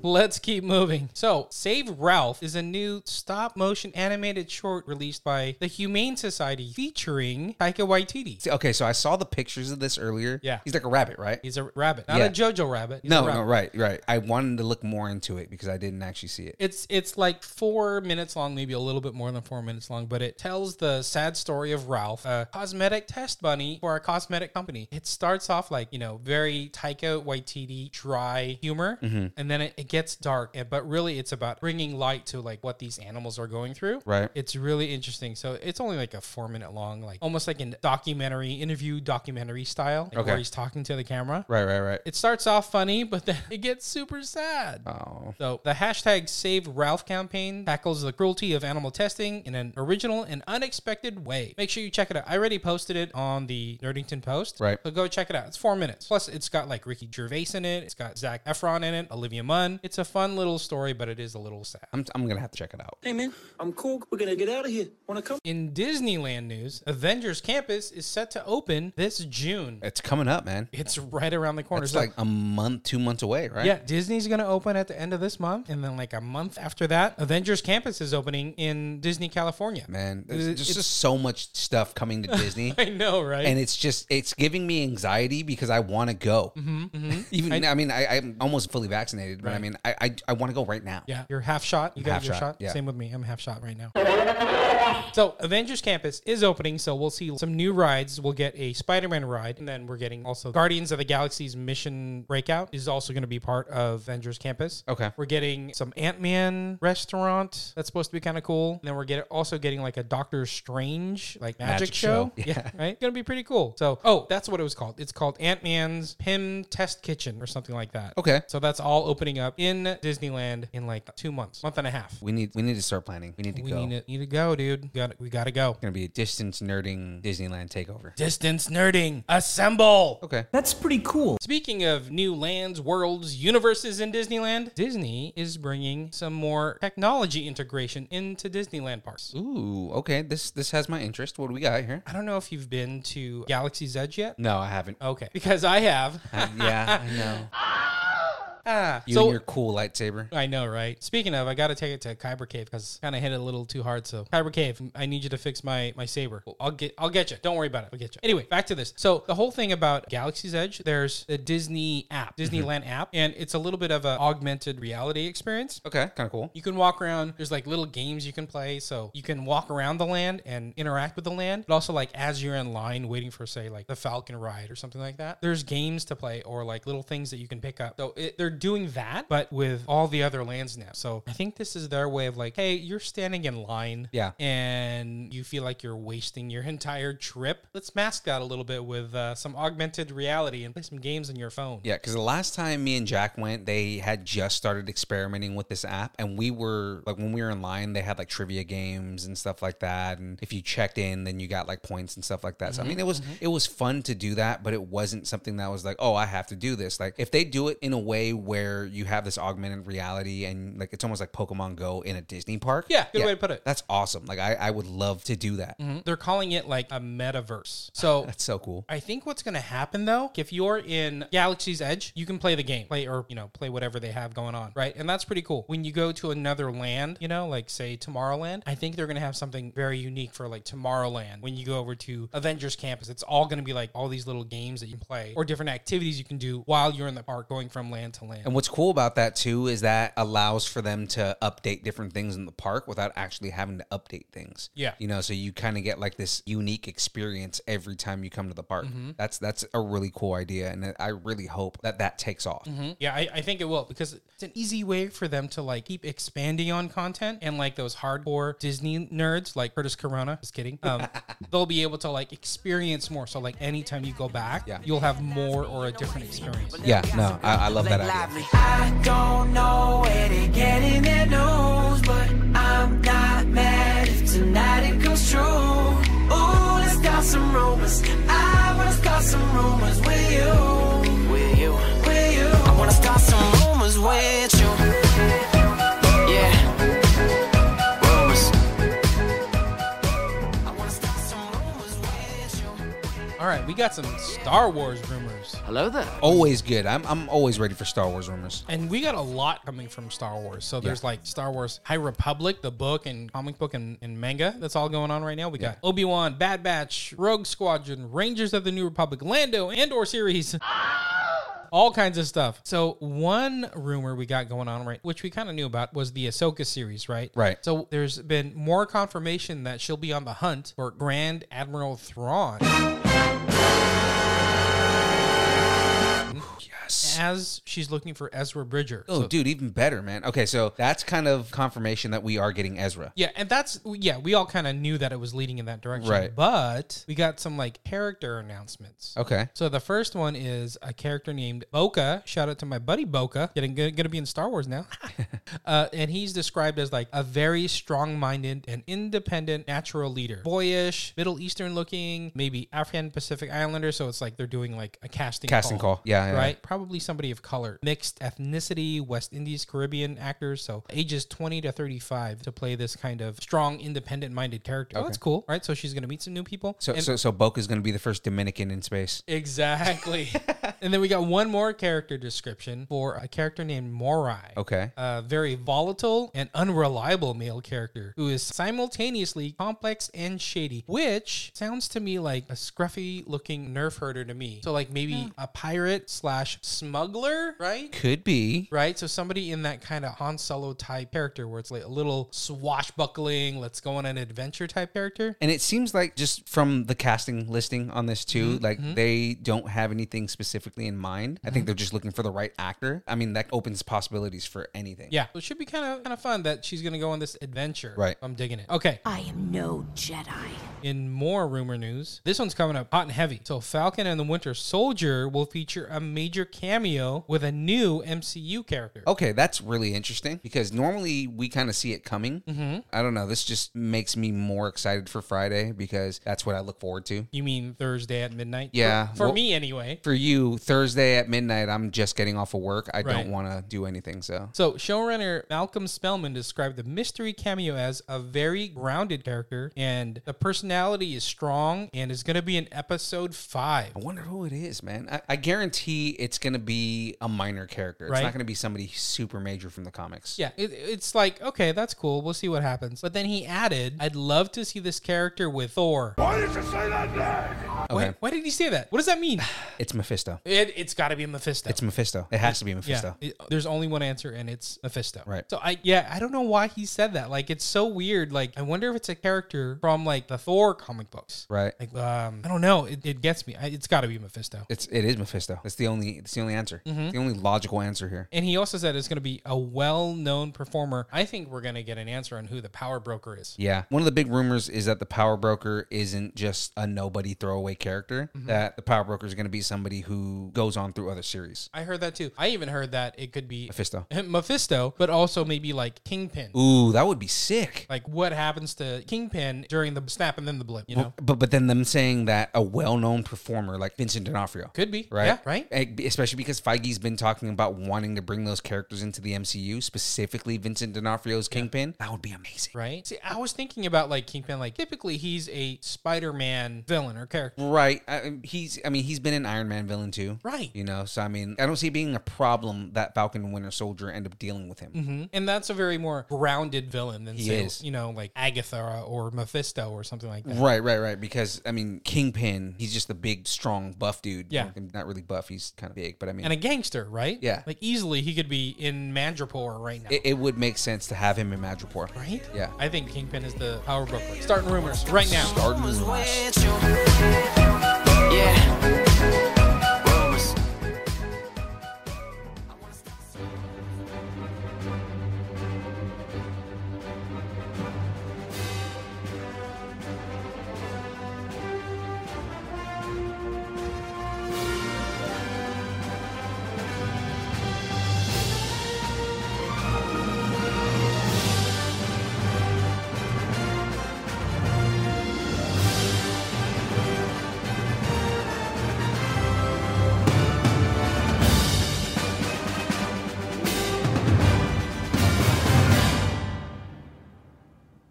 Speaker 5: Let's keep moving. So, Save Ralph is a new stop motion animated short released by the Humane Society featuring Taika Waititi.
Speaker 2: See, Okay, so I saw the pictures of this earlier.
Speaker 5: Yeah.
Speaker 2: He's like a rabbit, right?
Speaker 5: He's a rabbit, not
Speaker 2: Yeah.
Speaker 5: a JoJo rabbit. He's a
Speaker 2: no,
Speaker 5: rabbit.
Speaker 2: no, right, right. I wanted to look more into it because I didn't actually see it.
Speaker 5: It's it's like four minutes long, maybe a little bit more than four minutes long, but it tells the sad story of Ralph, a cosmetic test bunny for a cosmetic company. It starts off like you know very Taika Waititi dry humor,
Speaker 2: Mm-hmm.
Speaker 5: and then it, it gets dark, and, but really it's about bringing light to like what these animals are going through.
Speaker 2: Right.
Speaker 5: It's really interesting. So it's only like a four minute long, like almost like a documentary interview, documentary style, like,
Speaker 2: Okay.
Speaker 5: where he's talking to the camera.
Speaker 2: Right, right, right.
Speaker 5: It starts off funny, but then it gets super sad.
Speaker 2: Oh.
Speaker 5: So the hashtag Save Ralph campaign tackles the cruelty of animal testing in an original and unexpected way. Make sure you check it out. I already posted it on the Nerdington Post.
Speaker 2: Right.
Speaker 5: So go check it out. It's four minutes. Plus, it's got like Ricky Gervais in it. It's got Zach Efron in it. Olivia Munn. It's a fun little story, but it is a little sad.
Speaker 2: I'm, I'm going to have to check it out.
Speaker 11: Hey man, I'm cool. We're gonna get out of here. Wanna come?
Speaker 5: In Disneyland news, Avengers Campus is set to open this June.
Speaker 2: It's coming up, man.
Speaker 5: It's right around the corner.
Speaker 2: It's
Speaker 5: So-
Speaker 2: like a month, two months away, right?
Speaker 5: Yeah, Disney's going to open at the end of this month, and then like a month after that, Avengers Campus is opening in Disney, California.
Speaker 2: Man, there's
Speaker 5: It-
Speaker 2: just,
Speaker 5: it's-
Speaker 2: just so much stuff coming to Disney.
Speaker 5: I know, right?
Speaker 2: and it's just it's giving me anxiety because I want to go.
Speaker 5: Mm-hmm,
Speaker 2: Even I, mean, I, I'm almost fully vaccinated, but I mean, I I, I want to go right now.
Speaker 5: yeah, you're half shot. You got
Speaker 2: Half
Speaker 5: your
Speaker 2: shot,
Speaker 5: shot.
Speaker 2: yeah.
Speaker 5: Same with me. I'm half shot right now. so Avengers Campus is opening, so we'll see some new rides. We'll get a Spider-Man ride, and then we're getting also Guardians of the Galaxy's Mission Breakout is also going to be part of Avengers Campus.
Speaker 2: Okay.
Speaker 5: We're getting some Ant-Man restaurant that's supposed to be kind of cool. And then we're get, also getting like a Doctor Strange like magic,
Speaker 2: Magic
Speaker 5: show.
Speaker 2: show.
Speaker 5: Yeah. right? It's gonna be pretty cool. So, oh, that's what it was called. It's called Ant Man's Pym Test Kitchen or something like that.
Speaker 2: Okay.
Speaker 5: So that's all opening up in Disneyland in like two months, month and a half.
Speaker 2: We need we need to start planning. We need to
Speaker 5: We
Speaker 2: go.
Speaker 5: need to, need to go, dude. Got we gotta go.
Speaker 2: It's gonna be a distance nerding Disneyland takeover.
Speaker 5: Distance nerding, assemble.
Speaker 2: Okay.
Speaker 11: That's pretty cool.
Speaker 5: Speaking of new lands, worlds, universes in Disneyland, Disney is bringing some more technology integration into Disneyland parks.
Speaker 2: Ooh. Okay. This this has my interest. What do we got here?
Speaker 5: I don't know if you've been to Galaxy's Edge yet.
Speaker 2: No, I haven't.
Speaker 5: Okay, because I have.
Speaker 2: yeah, I know.
Speaker 5: Ah,
Speaker 2: You and your cool lightsaber.
Speaker 5: I know, right? Speaking of, I got to take it to Kyber Cave because kind of hit it a little too hard. So Kyber Cave, I need you to fix my my saber. Well, I'll get I'll get you. Don't worry about it. I'll get you. Anyway, back to this. So the whole thing about Galaxy's Edge, there's the Disney app, Disneyland app, and it's a little bit of an augmented reality experience.
Speaker 2: Okay. Kind of cool.
Speaker 5: You can walk around. There's like little games you can play. So you can walk around the land and interact with the land. But also like as you're in line waiting for say like the Falcon ride or something like that. There's games to play or like little things that you can pick up. So it, they're doing that, but with all the other lands now. So I think this is their way of like, hey, you're standing in line.
Speaker 2: Yeah.
Speaker 5: And you feel like you're wasting your entire trip. Let's mask that a little bit with uh, some augmented reality and play some games on your phone.
Speaker 2: Yeah, because the last time me and Jack went, they had just started experimenting with this app, and we were like, when we were in line, they had like trivia games and stuff like that, and if you checked in, then you got like points and stuff like that. So I
Speaker 5: Mm-hmm,
Speaker 2: mean, it was it was fun to do that, but it wasn't something that was like, oh, I have to do this. Like if they do it in a way where you have this augmented reality and like it's almost like Pokemon Go in a Disney park.
Speaker 5: Yeah, good way to put it. Mm-hmm.
Speaker 2: That's awesome. Like I, I would love to do that.
Speaker 5: They're calling it like a metaverse. So
Speaker 2: That's so cool.
Speaker 5: I think what's going to happen though, if you're in Galaxy's Edge, you can play the game, play or you know play whatever they have going on, right? And that's pretty cool. When you go to another land, you know, like say Tomorrowland, I think they're going to have something very unique for like Tomorrowland. When you go over to Avengers Campus, it's all going to be like all these little games that you can play or different activities you can do while you're in the park, going from land to land.
Speaker 2: And what's cool about that too is that allows for them to update different things in the park without actually having to update things.
Speaker 5: Yeah.
Speaker 2: You know, so you kind of get like this unique experience every time you come to the park.
Speaker 5: Mm-hmm.
Speaker 2: That's that's a really cool idea and I really hope that that takes off.
Speaker 5: Yeah, I, I think it will because it's an easy way for them to like keep expanding on content and like those hardcore Disney nerds like Curtis Corona. Just kidding. Um, they'll be able to like experience more. So like anytime you go back,
Speaker 2: Yeah.
Speaker 5: you'll have more or a different experience.
Speaker 2: Yeah, no, I, I love that idea.
Speaker 11: I don't know where they're getting their news, but I'm not mad if tonight it comes true. Ooh, let's start some rumors. I wanna start some rumors with you. With you. With you. I wanna start some rumors with you. Yeah. Rumors. I wanna start some rumors with you.
Speaker 5: All right, we got some Star Wars rumors.
Speaker 2: Hello there. Always good. I'm, I'm always ready for Star Wars rumors.
Speaker 5: And we got a lot coming from Star Wars. So there's like Star Wars High Republic, the book and comic book and, and manga that's all going on right now. We got Obi Wan, Bad Batch, Rogue Squadron, Rangers of the New Republic, Lando, Andor series. All kinds of stuff. So one rumor we got going on right, which we kind of knew about, was the Ahsoka series, right?
Speaker 2: Right.
Speaker 5: So there's been more confirmation that she'll be on the hunt for Grand Admiral Thrawn.
Speaker 2: Yes.
Speaker 5: As she's looking for Ezra Bridger.
Speaker 2: Oh,
Speaker 5: So-
Speaker 2: dude, even better, man. Okay, so that's kind of confirmation that we are getting Ezra.
Speaker 5: Yeah, and that's yeah, we all kind of knew that it was leading in that direction.
Speaker 2: Right.
Speaker 5: But we got some like character announcements.
Speaker 2: Okay.
Speaker 5: So the first one is a character named Boca. Shout out to my buddy Boca. Getting going to be in Star Wars now. uh, and he's described as like a very strong-minded and independent natural leader. Boyish, Middle Eastern looking, maybe African Pacific Islander, so it's like they're doing like a casting
Speaker 2: Casting call. Yeah, yeah, yeah.
Speaker 5: Right? Probably somebody of color. Mixed ethnicity, West Indies, Caribbean actors, so ages 20 to 35 to play this kind of strong independent-minded character. Oh,
Speaker 2: Okay.
Speaker 5: that's cool. Right? So she's going to meet some new people.
Speaker 2: So
Speaker 5: And-
Speaker 2: so so Boca's gonna be the first Dominican in space.
Speaker 5: Exactly. and then we got one more character description for a character named Morai.
Speaker 2: Okay.
Speaker 5: A very volatile and unreliable male character who is simultaneously complex and shady, which sounds to me like a scruffy looking nerf herder to me. So, like maybe
Speaker 2: Hmm.
Speaker 5: a pirate slash smuggler, right?
Speaker 2: Could be.
Speaker 5: Right? So, somebody in that kind of Han Solo type character where it's like a little swashbuckling, let's go on an adventure type character.
Speaker 2: And it seems like just from the casting listing on this too,
Speaker 5: Mm-hmm.
Speaker 2: like they don't have anything specifically in mind.
Speaker 5: Mm-hmm.
Speaker 2: I think they're just looking for the right actor. I mean, that opens possibilities for anything.
Speaker 5: Yeah. So it should be kind of kind of fun that she's going to go on this adventure.
Speaker 2: Right.
Speaker 5: I'm digging it. Okay.
Speaker 10: I am no Jedi.
Speaker 5: In more rumor news, this one's coming up hot and heavy. So Falcon and the Winter Soldier will feature a major cameo with a new MCU character.
Speaker 2: Okay, that's really interesting because normally we kind of see it coming. Mm-hmm. I don't know. This just makes me more excited for Friday because that's what I look forward to.
Speaker 5: You mean Thursday at midnight?
Speaker 2: Yeah,
Speaker 5: For, for
Speaker 2: well-
Speaker 5: me anyway.
Speaker 2: For you, Thursday at midnight, I'm just getting off of work. I
Speaker 5: Right.
Speaker 2: don't want to do anything. So,
Speaker 5: So, showrunner Malcolm Spellman described the mystery cameo as a very grounded character, and the personality is strong and is going to be in episode five.
Speaker 2: I wonder who it is, man. I, I guarantee it's going to be a minor character. It's
Speaker 5: Right.
Speaker 2: not going to be somebody super major from the comics.
Speaker 5: Yeah, it, it's like, okay, that's cool. We'll see what happens. But then he added, I'd love to see this character with Thor.
Speaker 7: Why did you say that name?
Speaker 2: Okay.
Speaker 5: Why, why did he say that? What does that mean?
Speaker 2: It's Mephisto.
Speaker 5: It, it's got to be Mephisto.
Speaker 2: It's Mephisto. It has to be Mephisto.
Speaker 5: Yeah, it- there's only one answer, and it's Mephisto.
Speaker 2: Right.
Speaker 5: So I, yeah, I don't know why he said that. Like, it's so weird. Like, I wonder if it's a character from like the Thor comic books.
Speaker 2: Right.
Speaker 5: Like, um, I don't know. It, it gets me. I, it's got to be Mephisto.
Speaker 2: It's it is Mephisto. It's the only it's the only answer. It's the only logical answer here.
Speaker 5: Mm-hmm. And he also said it's going to be a well-known performer. I think we're going to get an answer on who the power broker is.
Speaker 2: Yeah. One of the big rumors is that the power broker isn't just a nobody throwaway character,
Speaker 5: Mm-hmm.
Speaker 2: that the power broker is going to be somebody who goes on through other series.
Speaker 5: I heard that too. I even heard that it could be
Speaker 2: Mephisto.
Speaker 5: Mephisto, but also maybe like Kingpin.
Speaker 2: Ooh, that would be sick.
Speaker 5: Like what happens to Kingpin during the snap and then the blip, you know?
Speaker 2: But but then them saying that a well known performer like Vincent D'Onofrio
Speaker 5: Could be.
Speaker 2: right,
Speaker 5: Yeah, right?
Speaker 2: And Especially because Feige's been talking about wanting to bring those characters into the MCU, specifically Vincent D'Onofrio's Kingpin. That would be amazing.
Speaker 5: right? See, I was thinking about like Kingpin. Like typically, he's a Spider-Man villain or character.
Speaker 2: Right. I, he's. I mean, he's been an Iron Man villain too.
Speaker 5: Right.
Speaker 2: You know. So I mean, I don't see it being a problem that Falcon and Winter Soldier end up dealing with him.
Speaker 5: And that's a very more grounded villain than,
Speaker 2: He
Speaker 5: say,
Speaker 2: is.
Speaker 5: you know, like Agatha or Mephisto or something like that.
Speaker 2: Right, right, right. Because I mean, Kingpin, he's just a big, strong, buff dude.
Speaker 5: Yeah.
Speaker 2: not really buff. He's kind of big, but I mean,
Speaker 5: And a gangster, right?
Speaker 2: Mm. Yeah.
Speaker 5: Like easily, he could be in Madripoor right now.
Speaker 2: it, it would make sense to have him in Madripoor.
Speaker 5: right?
Speaker 2: Yeah.
Speaker 5: I think Kingpin is the power broker. Starting rumors right now.
Speaker 2: Starting with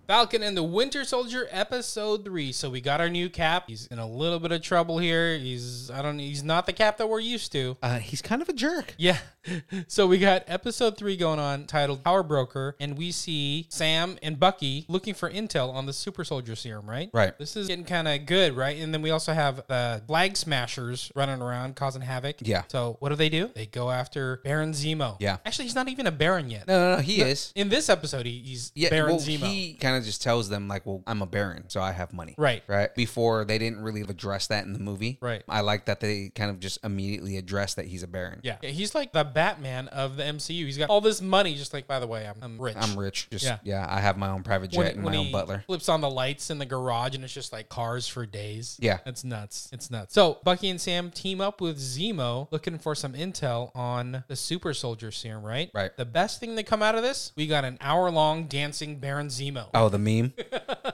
Speaker 5: Falcon and the Winter Soldier episode three. So we got our new Cap. He's in a little bit of trouble here. He's I don't he's not the Cap that we're used to.
Speaker 2: Uh, he's kind of a jerk.
Speaker 5: Yeah. So we got episode three going on titled Power Broker, and we see Sam and Bucky looking for intel on the super soldier serum, right?
Speaker 2: Right.
Speaker 5: This is getting kind of good, right? And then we also have the flag smashers running around causing havoc.
Speaker 2: Yeah.
Speaker 5: So what do they do? They go after Baron Zemo.
Speaker 2: Yeah.
Speaker 5: Actually, he's not even a Baron yet.
Speaker 2: No, no, no. He is.
Speaker 5: In this episode, he, he's
Speaker 2: Yeah,
Speaker 5: Baron
Speaker 2: well,
Speaker 5: Zemo.
Speaker 2: he kind of just tells them like, "Well, I'm a baron, so I have money."
Speaker 5: Right.
Speaker 2: right. Before they didn't really address that in the movie.
Speaker 5: Right.
Speaker 2: I like that they kind of just immediately address that he's a baron.
Speaker 5: yeah. Yeah, he's like the Batman of the MCU. He's got all this money, just like by the way, I'm, I'm rich.
Speaker 2: I'm rich. Just
Speaker 5: Yeah.
Speaker 2: yeah, I have my own private jet
Speaker 5: When-
Speaker 2: and
Speaker 5: when
Speaker 2: my
Speaker 5: he
Speaker 2: own butler.
Speaker 5: Flips on the lights in the garage, and it's just like cars for days.
Speaker 2: Yeah.
Speaker 5: it's nuts. It's nuts. So Bucky and Sam team up with Zemo, looking for some intel on the Super Soldier Serum. Right.
Speaker 2: Right.
Speaker 5: The best thing to come out of this, we got an hour long dancing Baron Zemo.
Speaker 2: Oh, the meme.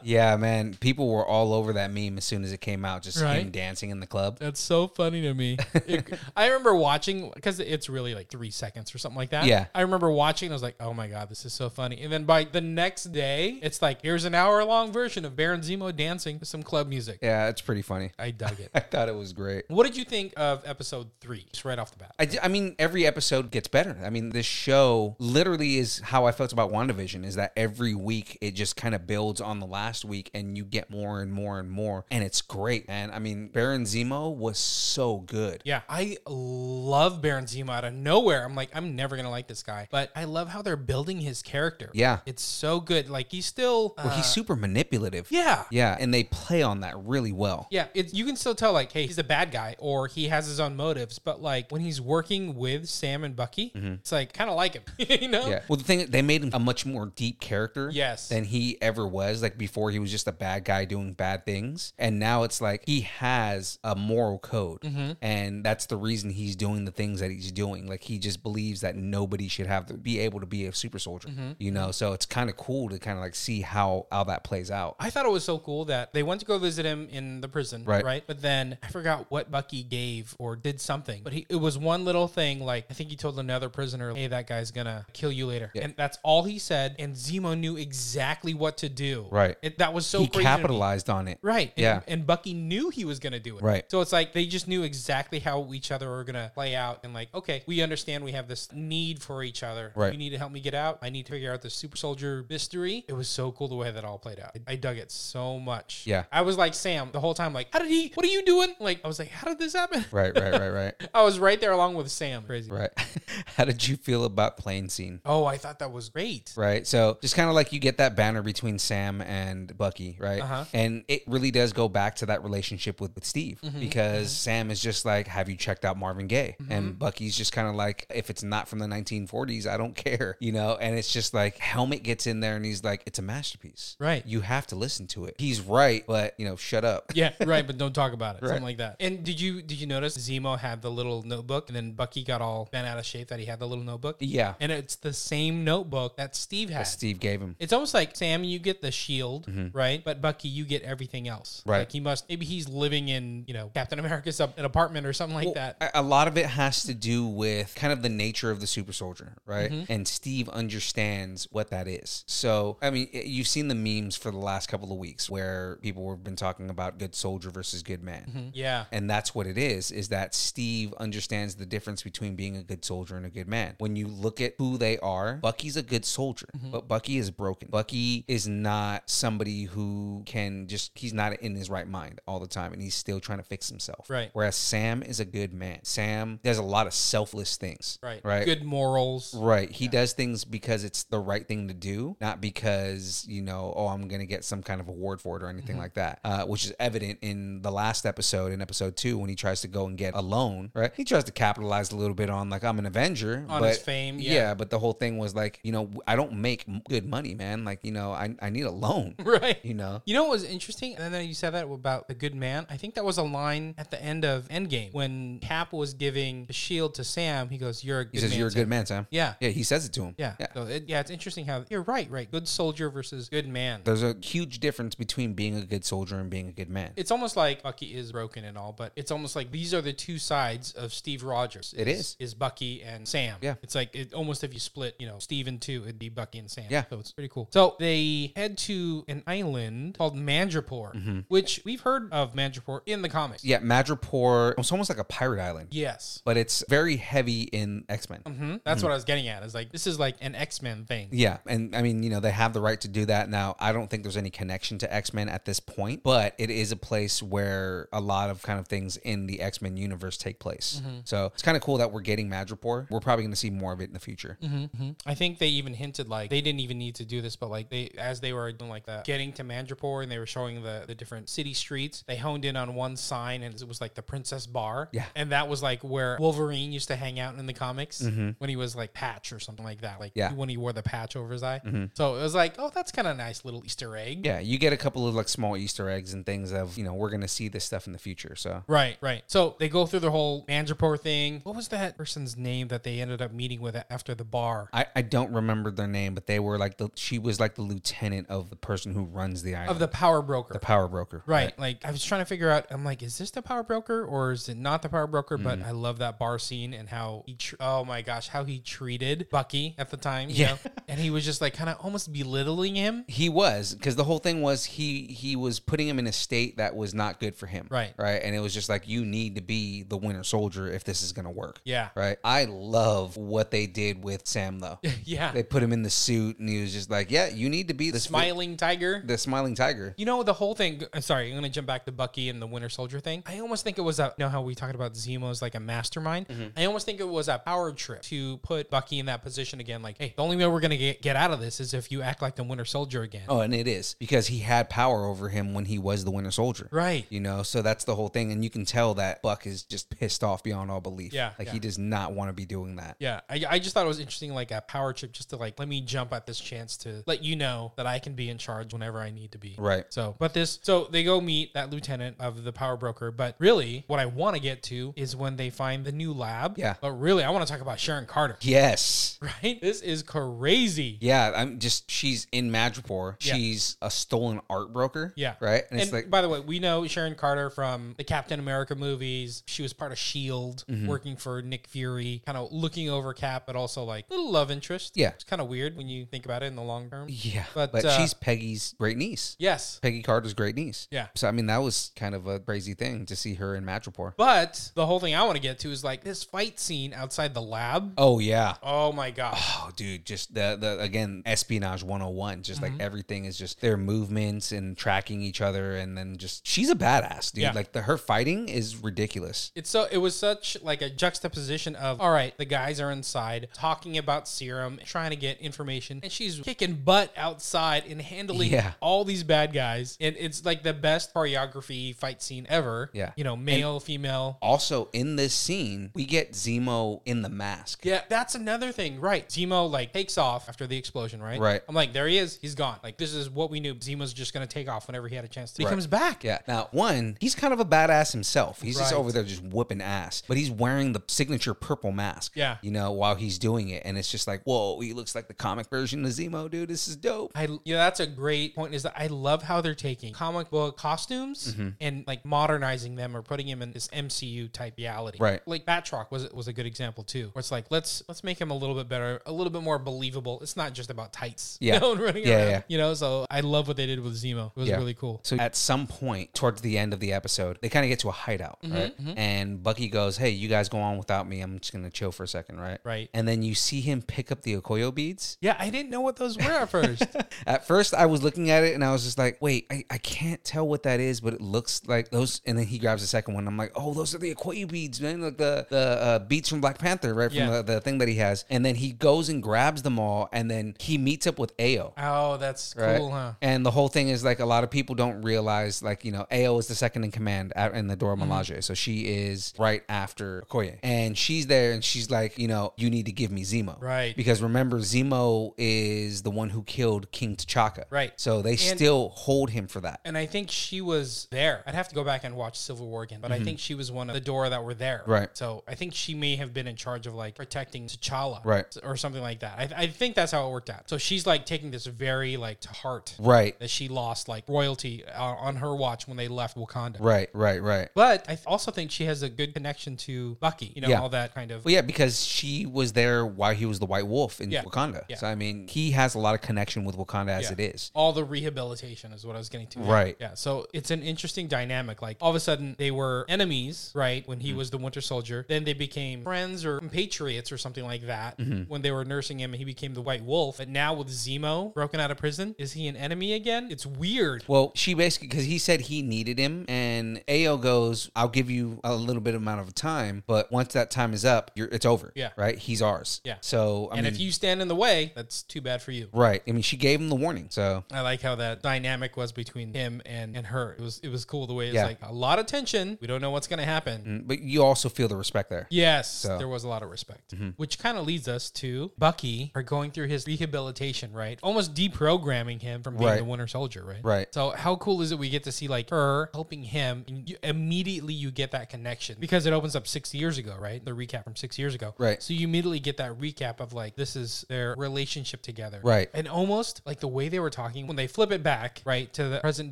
Speaker 2: yeah, man. People were all over that meme as soon as it came out. Just
Speaker 5: Right. Uh,
Speaker 2: him dancing in the club.
Speaker 5: That's so funny to me. It- I remember watching because it's really like three seconds or something like that.
Speaker 2: Yeah.
Speaker 5: I remember watching. and I was like, oh my god, this is so funny. And then by the next day, it's like here's an hour long version of Baron Zemo dancing to some club music.
Speaker 2: Yeah, it's pretty funny.
Speaker 5: I dug it.
Speaker 2: I thought it was great.
Speaker 5: What did you think of episode three, just right off the bat?
Speaker 2: I, d- I mean, every episode gets better. I mean, this show literally is how I felt about WandaVision is that every week it just kind of builds on the last week and you get more and more and more. And it's great. And I mean, Baron Zemo was so good.
Speaker 5: Yeah, I love Baron Zemo out of nowhere. I'm like, I'm never gonna like this guy, but I love how they're building his character.
Speaker 2: Yeah.
Speaker 5: it's so good. Like he's still,
Speaker 2: Well, he's
Speaker 5: uh,
Speaker 2: super manipulative.
Speaker 5: yeah,
Speaker 2: Yeah. And they play on that really well.
Speaker 5: Yeah, it, you can still tell like, hey, he's a bad guy or he has his own motives. But like when he's working with Sam and Bucky, it's like kind of like him, you know?
Speaker 2: Mm-hmm. Yeah. Well, the thing they made him a much more deep character,
Speaker 5: Yes.
Speaker 2: than he ever was. Like before, he was just a bad guy doing bad things, and now it's like he has a moral code,
Speaker 5: Mm-hmm.
Speaker 2: and that's the reason he's doing the things that he's doing. Like he just believes that nobody should have to be able to be a super soldier,
Speaker 5: Mm-hmm.
Speaker 2: you know. So it's kind of cool to kind of like see how how that plays out.
Speaker 5: I thought it was so cool that they went to go visit him in the prison,
Speaker 2: Right.
Speaker 5: But then I forgot what Bucky gave or did something. But he, it was one little thing, like I think he told another prisoner, "Hey, that guy's gonna kill you later," and that's all he said. And Zemo knew exactly what to do.
Speaker 2: Right.
Speaker 5: It, that was so
Speaker 2: he
Speaker 5: crazy to me.
Speaker 2: capitalized on it,
Speaker 5: Right. And,
Speaker 2: Yeah.
Speaker 5: And Bucky knew he was going to do it.
Speaker 2: Right.
Speaker 5: So it's like they just knew exactly how each other were going to play out and like, okay, we understand we have this need for each other.
Speaker 2: Right.
Speaker 5: You need to help me get out. I need to figure out the super soldier mystery. It was so cool the way that all played out. I, I dug it so much.
Speaker 2: Yeah.
Speaker 5: I was like Sam the whole time, like, how did he, what are you doing? Like, I was like, how did this happen?
Speaker 2: Right. Right. Right. Right.
Speaker 5: I was right there along with Sam. Crazy.
Speaker 2: right. how did you feel about plane scene?
Speaker 5: Oh, I thought that was great.
Speaker 2: right? So just kind of like you get that banner between Sam and Bucky, right?
Speaker 5: Uh-huh.
Speaker 2: And it really does go back to that relationship with, with Steve
Speaker 5: Mm-hmm,
Speaker 2: because Sam is just like, "Have you checked out Marvin Gaye?" And Bucky's just kind of like, "If it's not from the 1940s, I don't care," you know. And it's just like Helmet gets in there and he's like, "It's a masterpiece,
Speaker 5: Right.
Speaker 2: You have to listen to it." He's right, but you know, shut up.
Speaker 5: Yeah, right, but don't talk about it.
Speaker 2: Right.
Speaker 5: Something like that. And did you did you notice Zemo had the little notebook and then Bucky got all bent out of shape that he had the little notebook?
Speaker 2: Yeah.
Speaker 5: And it's the same notebook that Steve had.
Speaker 2: Steve gave him.
Speaker 5: It's almost like Sam, you get the shield, right? But Bucky, you get everything else.
Speaker 2: Right.
Speaker 5: Like he must maybe he's living in, you know, Captain America's up an apartment or something like
Speaker 2: Well,
Speaker 5: that.
Speaker 2: A a lot of it has to do with kind of the nature of the super soldier, right?
Speaker 5: Mm-hmm.
Speaker 2: And Steve understands what that is. So, I mean, i- you've seen the memes for the last couple of weeks where people have been talking about good soldier versus good man.
Speaker 5: Mm-hmm. yeah.
Speaker 2: And that's what it is, is that Steve understands the difference between being a good soldier and a good man. When you look at who they are, Bucky's a good soldier,
Speaker 5: Mm-hmm.
Speaker 2: but Bucky is broken. Bucky is not somebody who can just, he's not in his right mind all the time and he's still trying to fix himself.
Speaker 5: Right.
Speaker 2: Whereas Sam is a good man. Sam does a lot of selfless things.
Speaker 5: Right.
Speaker 2: Right.
Speaker 5: Good morals.
Speaker 2: Right. He does things because it's the right thing to do, not because, you know, oh, I'm going to get some kind of award for it or
Speaker 5: Mm-hmm.
Speaker 2: anything like that, uh, which is evident in the last episode, in episode two, when he tries to go and get a loan, right? He tries to capitalize a little bit on, like, I'm an Avenger.
Speaker 5: On his fame, yeah.
Speaker 2: But the whole thing was like, you know, I don't make m- good money, man. Like, you know, I, I need a loan.
Speaker 5: Right.
Speaker 2: You know?
Speaker 5: You know what was interesting? And then you said that about the good man. I think that was a line at the end of Endgame when Cap was giving the shield to Sam. He goes, "You're a good
Speaker 2: He says,
Speaker 5: man,
Speaker 2: "You're a
Speaker 5: Sam."
Speaker 2: good man, Sam."
Speaker 5: Yeah.
Speaker 2: yeah. He says it to him.
Speaker 5: Yeah. Yeah. So it, yeah, it's interesting how you're right, right? Good soldier versus good man.
Speaker 2: There's a huge difference between being a good soldier and being a good man.
Speaker 5: It's almost like Bucky is broken and all, but it's almost like these are the two sides of Steve Rogers.
Speaker 2: It is.
Speaker 5: is Bucky and Sam.
Speaker 2: Yeah.
Speaker 5: it's like it almost if you split, you know, Steve in two, it'd be Bucky and Sam.
Speaker 2: Yeah.
Speaker 5: so it's pretty cool. So they head to an island called Mandrapore, which we've heard of Mandrapore in the comics.
Speaker 2: Mm-hmm. Yeah, Madripoor. It's almost like a pirate island.
Speaker 5: Yes.
Speaker 2: but it's very heavy in X Men.
Speaker 5: Hmm? That's what I was getting at. Is like this is like an X Men thing.
Speaker 2: Yeah, and I mean, you know, they have the right to do that now. I don't think there's any connection to X Men at this point, but it is a place where a lot of kind of things in the X Men universe take place.
Speaker 5: Mm-hmm.
Speaker 2: So it's kind of cool that we're getting Madripoor. We're probably going to see more of it in the future.
Speaker 5: Mm-hmm. I think they even hinted like they didn't even need to do this, but like they as they were doing like the getting to Mandrapore and they were showing the the different city streets, they honed in on one sign and it was like the Princess Bar.
Speaker 2: Yeah.
Speaker 5: and that was like where Wolverine used to hang out in the comics when he was like Patch or something like that. Like
Speaker 2: Mm-hmm. Yeah. Mm-hmm.
Speaker 5: when he wore the patch over his eye. So it was like, oh, that's kind of a nice little Easter egg.
Speaker 2: Yeah, you get a couple of like small Easter eggs and things of you know we're going to see this stuff in the future. So
Speaker 5: Right, right. So they go through the whole Mandrapore thing. What was that person's name that they ended up meeting with after the bar?
Speaker 2: I, I don't remember their name, but they were like the she was like the lieutenant of the person who runs the island
Speaker 5: of the power broker.
Speaker 2: the power broker.
Speaker 5: Right. Like I was trying to figure out. I'm like, is this the power broker or is it not the power broker? But
Speaker 2: Mm.
Speaker 5: I love that bar scene and how he. Tr- oh my gosh, how he treated Bucky at the time. You
Speaker 2: Yeah.
Speaker 5: Know? And he was just like kind of almost belittling him.
Speaker 2: He was because the whole thing was he he was putting him in a state that was not good for him.
Speaker 5: Right.
Speaker 2: Right. And it was just like you need to be the Winter Soldier if this is gonna work.
Speaker 5: Yeah.
Speaker 2: Right. I love what they did with Sam though.
Speaker 5: Yeah.
Speaker 2: They put him in the suit and he was just like, yeah, you need to be the
Speaker 5: Smiling tiger.
Speaker 2: the smiling tiger.
Speaker 5: You know the whole thing. I'm sorry, I'm gonna jump back to Bucky and the Winter Soldier thing. I almost think it was a. You know how we talked about Zemo as like a mastermind.
Speaker 2: Mm-hmm.
Speaker 5: I almost think it was a power trip to put Bucky in that position again. Like, hey, the only way we're gonna get, get out of this is if you act like the Winter Soldier again.
Speaker 2: Oh, and it is because he had power over him when he was the Winter Soldier.
Speaker 5: Right.
Speaker 2: You know, so that's the whole thing. And you can tell that Buck is just pissed off beyond all belief.
Speaker 5: Yeah,
Speaker 2: Like
Speaker 5: yeah.
Speaker 2: he does not want to be doing that.
Speaker 5: Yeah, I, I just thought it was interesting, like a power trip, just to like let me jump at this chance to let you know that I can be in charge whenever I need to be.
Speaker 2: Right.
Speaker 5: So, but this, so they go meet that lieutenant of the power broker. But really, what I want to get to is when they find the new lab.
Speaker 2: Yeah.
Speaker 5: But really, I want to talk about Sharon Carter.
Speaker 2: Yes.
Speaker 5: Right. This is crazy.
Speaker 2: Yeah, I'm just she's in Madripoor.
Speaker 5: Yeah.
Speaker 2: She's a stolen art broker.
Speaker 5: Yeah.
Speaker 2: Right?
Speaker 5: And,
Speaker 2: And, it's like
Speaker 5: by the way, we know Sharon Carter from the Captain America movies. She was part of S.H.I.E.L.D., E
Speaker 2: Mm-hmm.
Speaker 5: working for Nick Fury, kind of looking over Cap, but also like little love interest.
Speaker 2: Yeah.
Speaker 5: It's kind of weird when you think about it in the long term.
Speaker 2: Yeah.
Speaker 5: But,
Speaker 2: But,
Speaker 5: uh,
Speaker 2: she's Peggy's great niece.
Speaker 5: Yes.
Speaker 2: Peggy Carter's great niece.
Speaker 5: Yeah.
Speaker 2: So I mean that was kind of a crazy thing to see her in Madripoor.
Speaker 5: But the whole thing I want to get to is like this fight scene outside the lab.
Speaker 2: Oh yeah.
Speaker 5: Oh my gosh.
Speaker 2: Oh dude, just the the again, espionage one oh one. Just
Speaker 5: Mm-hmm.
Speaker 2: like everything is just their movements and tracking each other and then just she's a badass, dude.
Speaker 5: Yeah.
Speaker 2: Like the her fighting is ridiculous.
Speaker 5: It's so it was such like a juxtaposition of all right, the guys are inside talking about serum, trying to get information, and she's kicking butt outside and handling
Speaker 2: Yeah.
Speaker 5: all these bad guys. And it's like the best choreography fight scene ever.
Speaker 2: Yeah.
Speaker 5: You know, male, female.
Speaker 2: Also in this scene, we get Zemo in the mask.
Speaker 5: Yeah, that's another thing, right? Zemo like takes off after the explosion, right?
Speaker 2: Right.
Speaker 5: I'm like, there he is. He's gone. Like this is what we knew. Zemo's just gonna take off whenever he had a chance to. He comes back.
Speaker 2: Yeah. Now, one, he's kind of a badass himself. He's just
Speaker 5: Right.
Speaker 2: over there just whooping ass, but he's wearing the signature purple mask.
Speaker 5: Yeah.
Speaker 2: You know, while he's doing it, and it's just like, whoa, he looks like the comic version of Zemo, dude. This is dope.
Speaker 5: I yeah, that's a great point. Is that I love how they're taking comic book costumes
Speaker 2: Mm-hmm.
Speaker 5: and like modernizing them or putting them in this MCU type reality.
Speaker 2: Right.
Speaker 5: Like Batroc was was a good example too, where it's like let's let's make him a little bit better, a little bit more believable. It's not just about tights,
Speaker 2: Yeah.
Speaker 5: you know, and running
Speaker 2: Yeah,
Speaker 5: around.
Speaker 2: yeah.
Speaker 5: You know, so I love what they did with Zemo. It was really cool.
Speaker 2: So at some point towards the end of the episode, they kind of get to a hideout,
Speaker 5: Mm-hmm,
Speaker 2: right? And Bucky goes, "Hey, you guys go on without me. I'm just gonna chill for a second, right?
Speaker 5: Right.
Speaker 2: And then you see him pick up the Okoyo beads.
Speaker 5: yeah, I didn't know what those were at first.
Speaker 2: At first, I was looking at it and I was just like, wait, I, I can't tell what that is, but it looks like those. And then he grabs the second one. I'm like, oh, those are the Okoye beads, man. Like the, the uh, beads from Black Panther, right? From
Speaker 5: Yeah.
Speaker 2: the, the thing that he has. And then he goes and grabs them all. And then he meets up with Ao.
Speaker 5: oh, that's
Speaker 2: Right?
Speaker 5: cool, huh?
Speaker 2: And the whole thing is like a lot of people don't realize, like, you know, Ao is the second in command out in the Dora
Speaker 5: Mm-hmm.
Speaker 2: Milaje. So she is right after Okoye. And she's there and she's like, you know, you need to give me Zemo.
Speaker 5: Right.
Speaker 2: Because remember, Zemo is the one who killed King T'Chaka.
Speaker 5: Right.
Speaker 2: So they still hold him for that.
Speaker 5: And I think she was there. I'd have to go back and watch Civil War again, but I think she was one of the Dora that were there.
Speaker 2: Mm-hmm. Right.
Speaker 5: So I think she may have been in charge of like protecting T'Challa,
Speaker 2: Right.
Speaker 5: or something like that. I, I think that's how it worked out. So she's like taking this very like to heart,
Speaker 2: Right.
Speaker 5: That she lost like royalty uh, on her watch when they left Wakanda,
Speaker 2: Right, right, right.
Speaker 5: But I th- also think she has a good connection to Bucky, you know, all that kind of.
Speaker 2: Well, yeah, because she was there while he was the White Wolf in
Speaker 5: Yeah.
Speaker 2: Wakanda.
Speaker 5: Yeah.
Speaker 2: So I mean, he has a lot of connection with Wakanda as
Speaker 5: Yeah.
Speaker 2: it is.
Speaker 5: All the rehabilitation is what I was getting to.
Speaker 2: Right.
Speaker 5: Yeah. So it's an interesting dynamic. Like all of a sudden they were enemies, right? When he
Speaker 2: Mm-hmm.
Speaker 5: was the Winter Soldier. Then they became friends or compatriots or something like that.
Speaker 2: Mm-hmm.
Speaker 5: When they were nursing him and he became the White Wolf. But now with Zemo broken out of prison, is he an enemy again? It's weird.
Speaker 2: Well, she basically because he said he needed him, and Ao goes, "I'll give you a little bit amount of time, but once that time is up, you're it's over.
Speaker 5: Yeah.
Speaker 2: right. He's ours.
Speaker 5: Yeah.
Speaker 2: So I
Speaker 5: and
Speaker 2: mean,
Speaker 5: if you stand in the way, that's too bad for you.
Speaker 2: right, I mean, she gave him the warning. So
Speaker 5: I like how that dynamic was between him and, and her. It was it was cool the way it's
Speaker 2: Yeah.
Speaker 5: like a lot of tension. We don't know what's gonna happen.
Speaker 2: but you also feel the respect there.
Speaker 5: Yes,
Speaker 2: So- Mm-hmm.
Speaker 5: there was a lot of respect, which kind of leads us to Bucky are going through his rehabilitation, right? Almost deprogramming him from being
Speaker 2: Right.
Speaker 5: the Winter Soldier, right?
Speaker 2: Right.
Speaker 5: So how cool is it we get to see like her helping him, and you, immediately you get that connection because it opens up six years ago, right? The recap from six years ago,
Speaker 2: Right.
Speaker 5: So you immediately get that recap of like this is their relationship together,
Speaker 2: Right.
Speaker 5: And almost like the way they were talking when they flip it back, right, to the present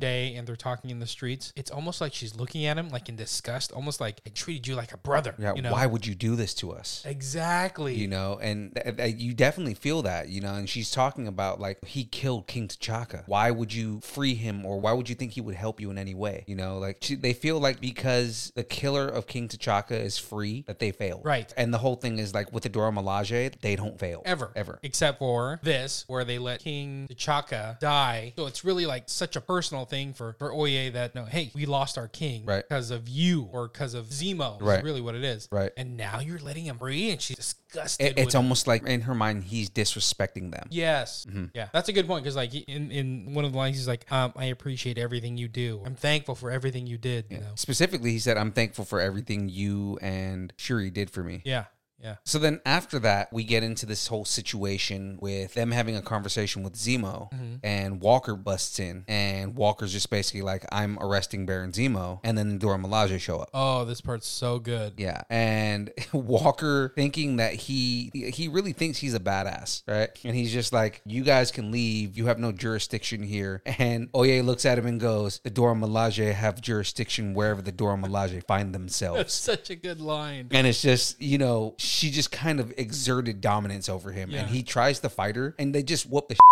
Speaker 5: day, and they're talking in the streets. It's almost like she's looking at him like in disgust, almost like I treated you like a brother.
Speaker 2: Yeah,
Speaker 5: you know?
Speaker 2: why would you do this to us?
Speaker 5: Exactly.
Speaker 2: You know, and th- th- you definitely feel that, you know. And she's talking about like he killed King T'Chaka. Why would you free him, or why would you think he would help you in any way? You know, like she, they feel like because the killer of King T'Chaka is free, that they failed.
Speaker 5: Right.
Speaker 2: And the whole thing is like with the Dora Milaje, they don't fail
Speaker 5: Ever.
Speaker 2: ever.
Speaker 5: Except for this, where they let King T'Chaka die. So it's really like such a personal thing for, for Oye that, no, hey, we lost our king
Speaker 2: Right.
Speaker 5: because of you or because of Zemo. Is
Speaker 2: Right.
Speaker 5: really what it is.
Speaker 2: Right.
Speaker 5: And now you're letting him free and she's disgusted.
Speaker 2: It- it's
Speaker 5: with him.
Speaker 2: almost like in her mind he's disrespecting them.
Speaker 5: Yes.
Speaker 2: Mm-hmm.
Speaker 5: Yeah. That's a good point because, like, in, in one of the lines, he's like, um, I appreciate everything you do. I'm thankful for everything you did. You know?
Speaker 2: Specifically, he said, "I'm thankful for everything you and Shuri did for me."
Speaker 5: Yeah. Yeah.
Speaker 2: So then after that, we get into this whole situation with them having a conversation with Zemo and Walker busts in and Walker's just basically like, I'm arresting Baron Zemo. And then Dora Milaje show up.
Speaker 5: Oh, this part's so good.
Speaker 2: Yeah. And Walker thinking that he he really thinks he's a badass, right? And he's just like, You guys can leave. You have no jurisdiction here. And Oye looks at him and goes, The Dora Milaje have jurisdiction wherever the Dora Milaje find
Speaker 5: That's
Speaker 2: themselves.
Speaker 5: such a good line.
Speaker 2: And it's just, you know, she just kind of exerted dominance over him.
Speaker 5: Yeah.
Speaker 2: And he tries to fight her, and they just whoop the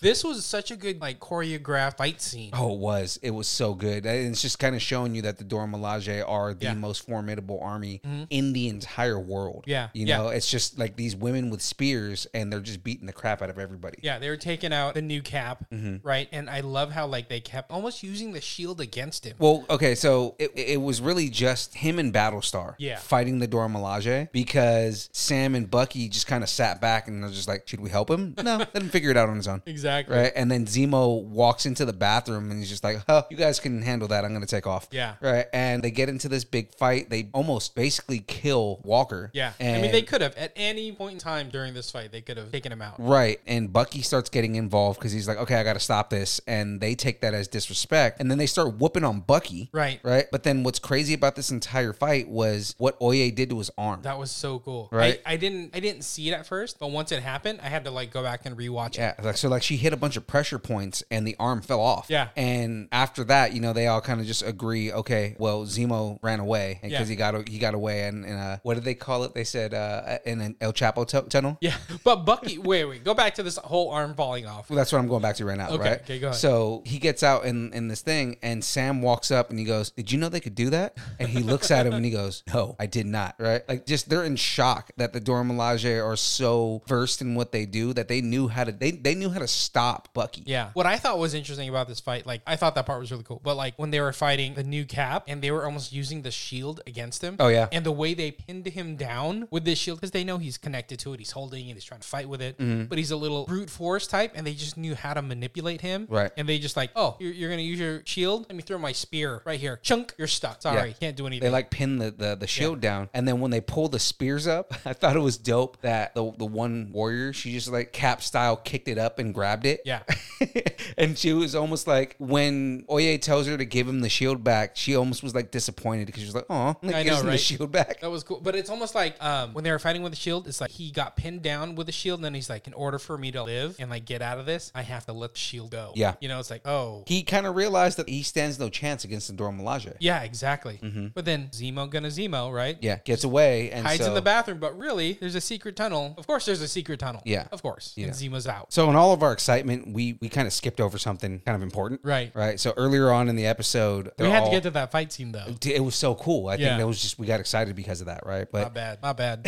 Speaker 5: This was such a good, like, choreographed fight scene.
Speaker 2: Oh, it was. It was so good. And it's just kind of showing you that the Dora Milaje are the
Speaker 5: Yeah. Mm-hmm.
Speaker 2: most formidable army in the entire world.
Speaker 5: Yeah,
Speaker 2: You
Speaker 5: yeah.
Speaker 2: know, it's just like these women with spears and they're just beating the crap out of everybody.
Speaker 5: Yeah, they were taking out the new cap,
Speaker 2: Mm-hmm.
Speaker 5: right? And I love how like they kept almost using the shield against him.
Speaker 2: Well, okay, so it, it was really just him and Battlestar
Speaker 5: Yeah.
Speaker 2: fighting the Dora Milaje because Sam and Bucky just kind of sat back and they're just like, should we help him? No, let him figure it out on his own.
Speaker 5: Exactly.
Speaker 2: Right. And then Zemo walks into the bathroom and he's just like, huh, you guys can handle that. I'm going to take off.
Speaker 5: Yeah.
Speaker 2: Right. And they get into this big fight. They almost basically kill Walker.
Speaker 5: Yeah. I mean,
Speaker 2: And-
Speaker 5: they could have at any point in time during this fight, they could have taken him out.
Speaker 2: Right. And Bucky starts getting involved because he's like, okay, I got to stop this. And they take that as disrespect. And then they start whooping on Bucky.
Speaker 5: Right.
Speaker 2: Right. But then what's crazy about this entire fight was what Oye did to his arm.
Speaker 5: That was so cool.
Speaker 2: Right.
Speaker 5: I, I didn't I didn't see it at first, but once it happened, I had to like go back and rewatch it.
Speaker 2: Yeah, like so, like she hit a bunch of pressure points and the arm fell off.
Speaker 5: Yeah.
Speaker 2: and after that, you know, they all kind of just agree. Okay, well, Zemo ran away because
Speaker 5: Yeah.
Speaker 2: he got he got away, and, and uh, what did they call it? They said uh, in an El Chapo tu- tunnel.
Speaker 5: Yeah. But Bucky, wait, wait, go back to this whole arm falling off.
Speaker 2: Well, that's what I'm going back to right now,
Speaker 5: Okay,
Speaker 2: right?
Speaker 5: okay, go ahead.
Speaker 2: So he gets out in, in this thing, and Sam walks up and he goes, "Did you know they could do that?" And he looks at him and he goes, "No, I did not." Right? Like, just they're in shock that the Dora Milaje are so versed in what they do that they knew how to they they knew how to stop Bucky.
Speaker 5: Yeah. What I thought was interesting about this fight, like I thought that part was really cool, but like when they were fighting the new cap and they were almost using the shield against him.
Speaker 2: Oh, yeah.
Speaker 5: And the way they pinned him down with this shield because they know he's connected to it, he's holding it, he's trying to fight with it,
Speaker 2: Mm-hmm.
Speaker 5: but he's a little brute force type, and they just knew how to manipulate him.
Speaker 2: Right.
Speaker 5: And they just like, oh, you're, you're gonna use your shield? Let me throw my spear right here. Chunk, you're stuck. Sorry,
Speaker 2: Yeah.
Speaker 5: can't do anything.
Speaker 2: They like pin the the, the shield down, and then when they pull the spears warriors up. I thought it was dope that the, the one warrior, she just like cap style kicked it up and grabbed it.
Speaker 5: Yeah.
Speaker 2: and she was almost like when Oye tells her to give him the shield back, she almost was like disappointed because she was like, oh, like,
Speaker 5: I know,
Speaker 2: the
Speaker 5: right?
Speaker 2: shield back.
Speaker 5: That was cool. But it's almost like um, when they were fighting with the shield, it's like he got pinned down with the shield, and then he's like, in order for me to live and like get out of this, I have to let the shield go.
Speaker 2: Yeah.
Speaker 5: You know, it's like, oh.
Speaker 2: He kind of realized that he stands no chance against the Malaja.
Speaker 5: yeah, exactly. But then Zemo gonna Zemo, right?
Speaker 2: Mm-hmm. Yeah, gets away and
Speaker 5: Hides
Speaker 2: so,
Speaker 5: in the bathroom, but really, there's a secret tunnel. Of course, there's a secret tunnel.
Speaker 2: Yeah.
Speaker 5: Of course.
Speaker 2: Yeah.
Speaker 5: And Zemo's out.
Speaker 2: So in all of our excitement, we we kind of skipped over something kind of important,
Speaker 5: Right.
Speaker 2: Right. So earlier on in the episode,
Speaker 5: we had to get to that fight scene, though.
Speaker 2: to. It was so cool. I
Speaker 5: Yeah.
Speaker 2: think that was just we got excited because of that, right?
Speaker 5: My
Speaker 2: But
Speaker 5: bad. My bad.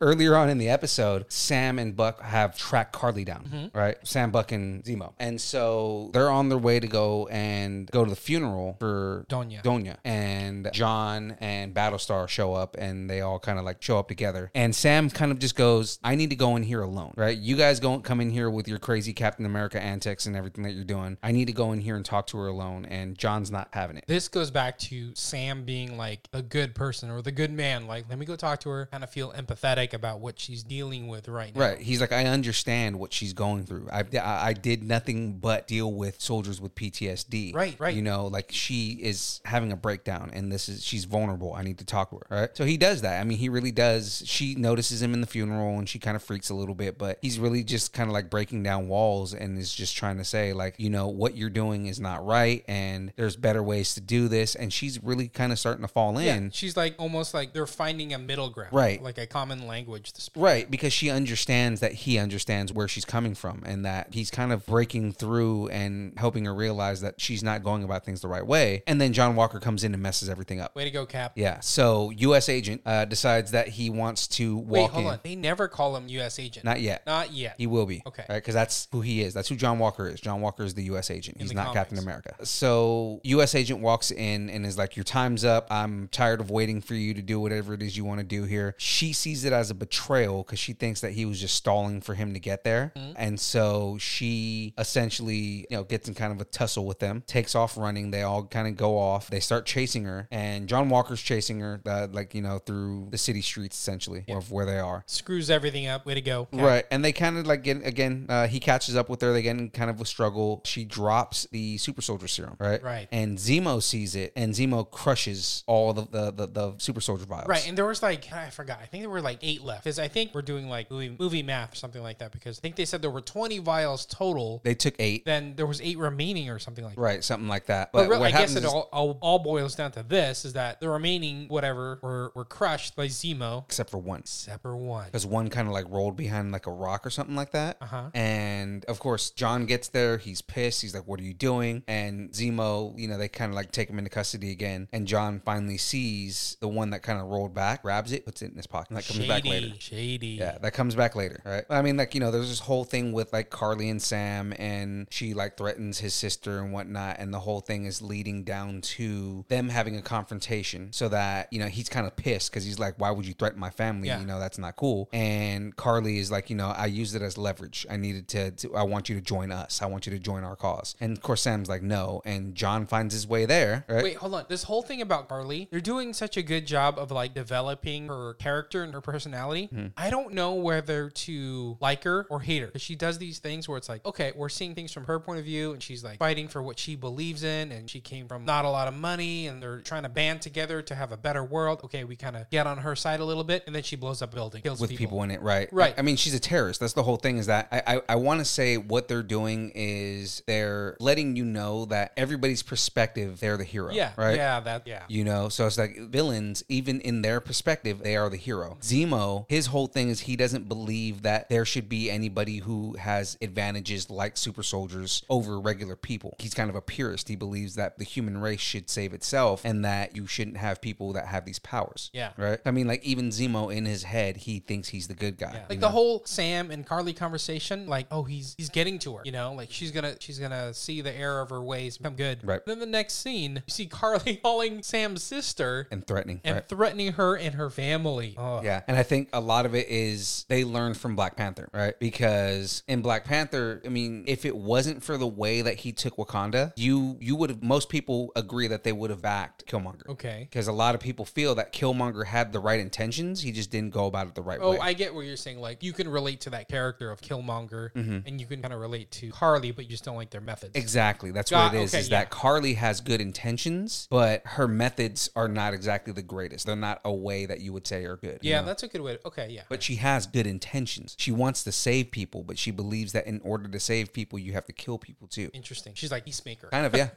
Speaker 2: earlier on in the episode, Sam and Buck have tracked Carly down, right? Sam, Buck, and Zemo, and so they're on their way to go and go to the funeral for
Speaker 5: Donya.
Speaker 2: Donya, and John and Battlestar show up, and they all kind of like show up together. And Sam kind of just goes, "I need to go in here alone, right? You guys go come in here with your crazy Captain America antics and everything that you're doing. I need to go in here and talk to her alone." And John's not having it.
Speaker 5: this goes back to Sam being like a good person or the good man. Like, let me go talk to her, kind of feel empathetic about what she's dealing with right now.
Speaker 2: Right. He's like, I understand what she's going through. I, I, I did nothing but deal with soldiers with PTSD.
Speaker 5: Right, right.
Speaker 2: You know, like she is having a breakdown and this is, she's vulnerable. I need to talk to her. Right. So he does that. I mean, he really does. She notices him in the funeral and she kind of freaks a little bit, but he's really just kind of like breaking down walls and is just trying to say, like, you know, what you're doing is not right and there's better ways to do this. And she's really kind of starting to fall
Speaker 5: Yeah,
Speaker 2: in.
Speaker 5: she's like almost like they're finding a middle ground,
Speaker 2: Right.
Speaker 5: Like a common language. To speak.
Speaker 2: Right, because she understands that he understands where she's coming from and that he's kind of breaking through and helping her realize that she's not going about things the right way. And then John Walker comes in and messes everything up.
Speaker 5: Way to go, Cap.
Speaker 2: Yeah, so U.S. agent uh, decides that he wants to walk
Speaker 5: Wait, hold
Speaker 2: in.
Speaker 5: on. They never call him U.S. agent.
Speaker 2: Not yet.
Speaker 5: Not yet.
Speaker 2: He will be.
Speaker 5: Okay.
Speaker 2: Right? Because that's who he is. That's who John Walker is. John Walker is the U.S. agent. He's
Speaker 5: the
Speaker 2: not
Speaker 5: comics.
Speaker 2: Captain America. So, U.S. agent walks in and is like, Your time's up. I'm tired of waiting for you to do whatever it is you want to do here. She sees it as a betrayal because she thinks that he was just stalling for him to get there.
Speaker 5: Mm-hmm.
Speaker 2: And so she essentially, you know, gets in kind of a tussle with them, takes off running. They all kind of go off. They start chasing her. And John Walker's chasing her, uh, like, you know, through the city streets, essentially, of where they are.
Speaker 5: Screws everything up. Way to go. Cap.
Speaker 2: Right. And they kind of like get again, uh, he catches up with her. They get in kind of a struggle. She drops the super soldier serum, right?
Speaker 5: Right.
Speaker 2: And Zemo sees it and Zemo crushes all the, the, the, the super soldier vials.
Speaker 5: Right, and there was like I forgot. I think there were like eight left because I think we're doing like movie, movie math or something like that because I think they said there were twenty vials total.
Speaker 2: they took eight.
Speaker 5: then there was eight remaining or something like that.
Speaker 2: Right. Something like that.
Speaker 5: But really, I guess
Speaker 2: happens
Speaker 5: it
Speaker 2: is-
Speaker 5: all, all all boils down to this: is that the remaining whatever were were crushed by Zemo,
Speaker 2: except for one.
Speaker 5: except for one.
Speaker 2: because one kind of like rolled behind like a rock or something like that.
Speaker 5: Uh-huh.
Speaker 2: And of course, John gets there. He's pissed. He's like, "What are you doing?" And Zemo, you know, they kind of like take him into custody again. And John finally sees the one that kind of rolled back, grabs it, puts it in his pocket, and that comes
Speaker 5: shady,
Speaker 2: back later.
Speaker 5: shady.
Speaker 2: Yeah, that comes back later, right? I mean, like you know, there's this whole thing with like Carly and Sam, and she like threatens his sister and whatnot, and the whole thing is leading down to them having a confrontation, so that you know he's kind of pissed because he's like, "Why would you threaten my family?
Speaker 5: Yeah.
Speaker 2: You know that's not cool." And Carly is like, "You know, I used it as leverage. I needed to, to. I want you to join us. I want you to join our cause." And of course, Sam's like, "No," and John finds his way there, right?
Speaker 5: Wait, hold on. This whole thing about Carly, they're doing such a good job of like developing her character and her personality.
Speaker 2: Mm-hmm.
Speaker 5: I don't know whether to like her or hate her 'Cause she does these things where it's like, okay, we're seeing things from her point of view, and she's like fighting for what she believes in, and she came from not a lot of money, and they're trying to band together to have a better world. Okay, we kind of get on her side a little bit, and then she blows up a building, kills
Speaker 2: with people. in it, right?
Speaker 5: Right.
Speaker 2: I, I mean, she's a terrorist. That's the whole thing. Is that I I, I want to say what they're doing is they're letting you know that everybody's perspective, they're the hero.
Speaker 5: Yeah,
Speaker 2: Right.
Speaker 5: yeah, that, yeah.
Speaker 2: You know, so it's like villains, even in their perspective, they are the hero. Zemo, his whole thing is he doesn't believe that there should be anybody who has advantages like super soldiers over regular people. He's kind of a purist. He believes that the human race should save itself and that you shouldn't have people that have these powers.
Speaker 5: Yeah.
Speaker 2: Right? I mean, like, even Zemo in his head, he thinks he's the good guy.
Speaker 5: Like the whole Sam and Carly conversation, like, oh, he's he's getting to her, you know, like she's gonna she's gonna see the error of her ways, become good.
Speaker 2: Right.
Speaker 5: Then the next scene, you see Carly calling Sam's sister and,
Speaker 2: and threatening. right?
Speaker 5: threatening her and her family. Oh.
Speaker 2: Yeah. And I think a lot of it is they learned from Black Panther, right? Because in Black Panther, I mean, if it wasn't for the way that he took Wakanda, you you would have most people agree that they would have backed Killmonger.
Speaker 5: Okay.
Speaker 2: Because a lot of people feel that Killmonger had the right intentions legends. He just didn't go about it the right
Speaker 5: Oh,
Speaker 2: way.
Speaker 5: I get what you're saying. Like you can relate to that character of Killmonger,
Speaker 2: Mhm.
Speaker 5: and you can kind of relate to Harley, but you just don't like their methods.
Speaker 2: Exactly. That's
Speaker 5: Got-
Speaker 2: what it is.
Speaker 5: okay,
Speaker 2: is
Speaker 5: yeah.
Speaker 2: that Carly has good intentions, but her methods are not exactly the greatest. They're not a way that you would say are good. you
Speaker 5: Yeah,
Speaker 2: know?
Speaker 5: that's a good way. To, okay, yeah.
Speaker 2: But she has good intentions. She wants to save people, but she believes that in order to save people, you have to kill people too.
Speaker 5: Interesting. She's like Peacemaker.
Speaker 2: Kind of, yeah.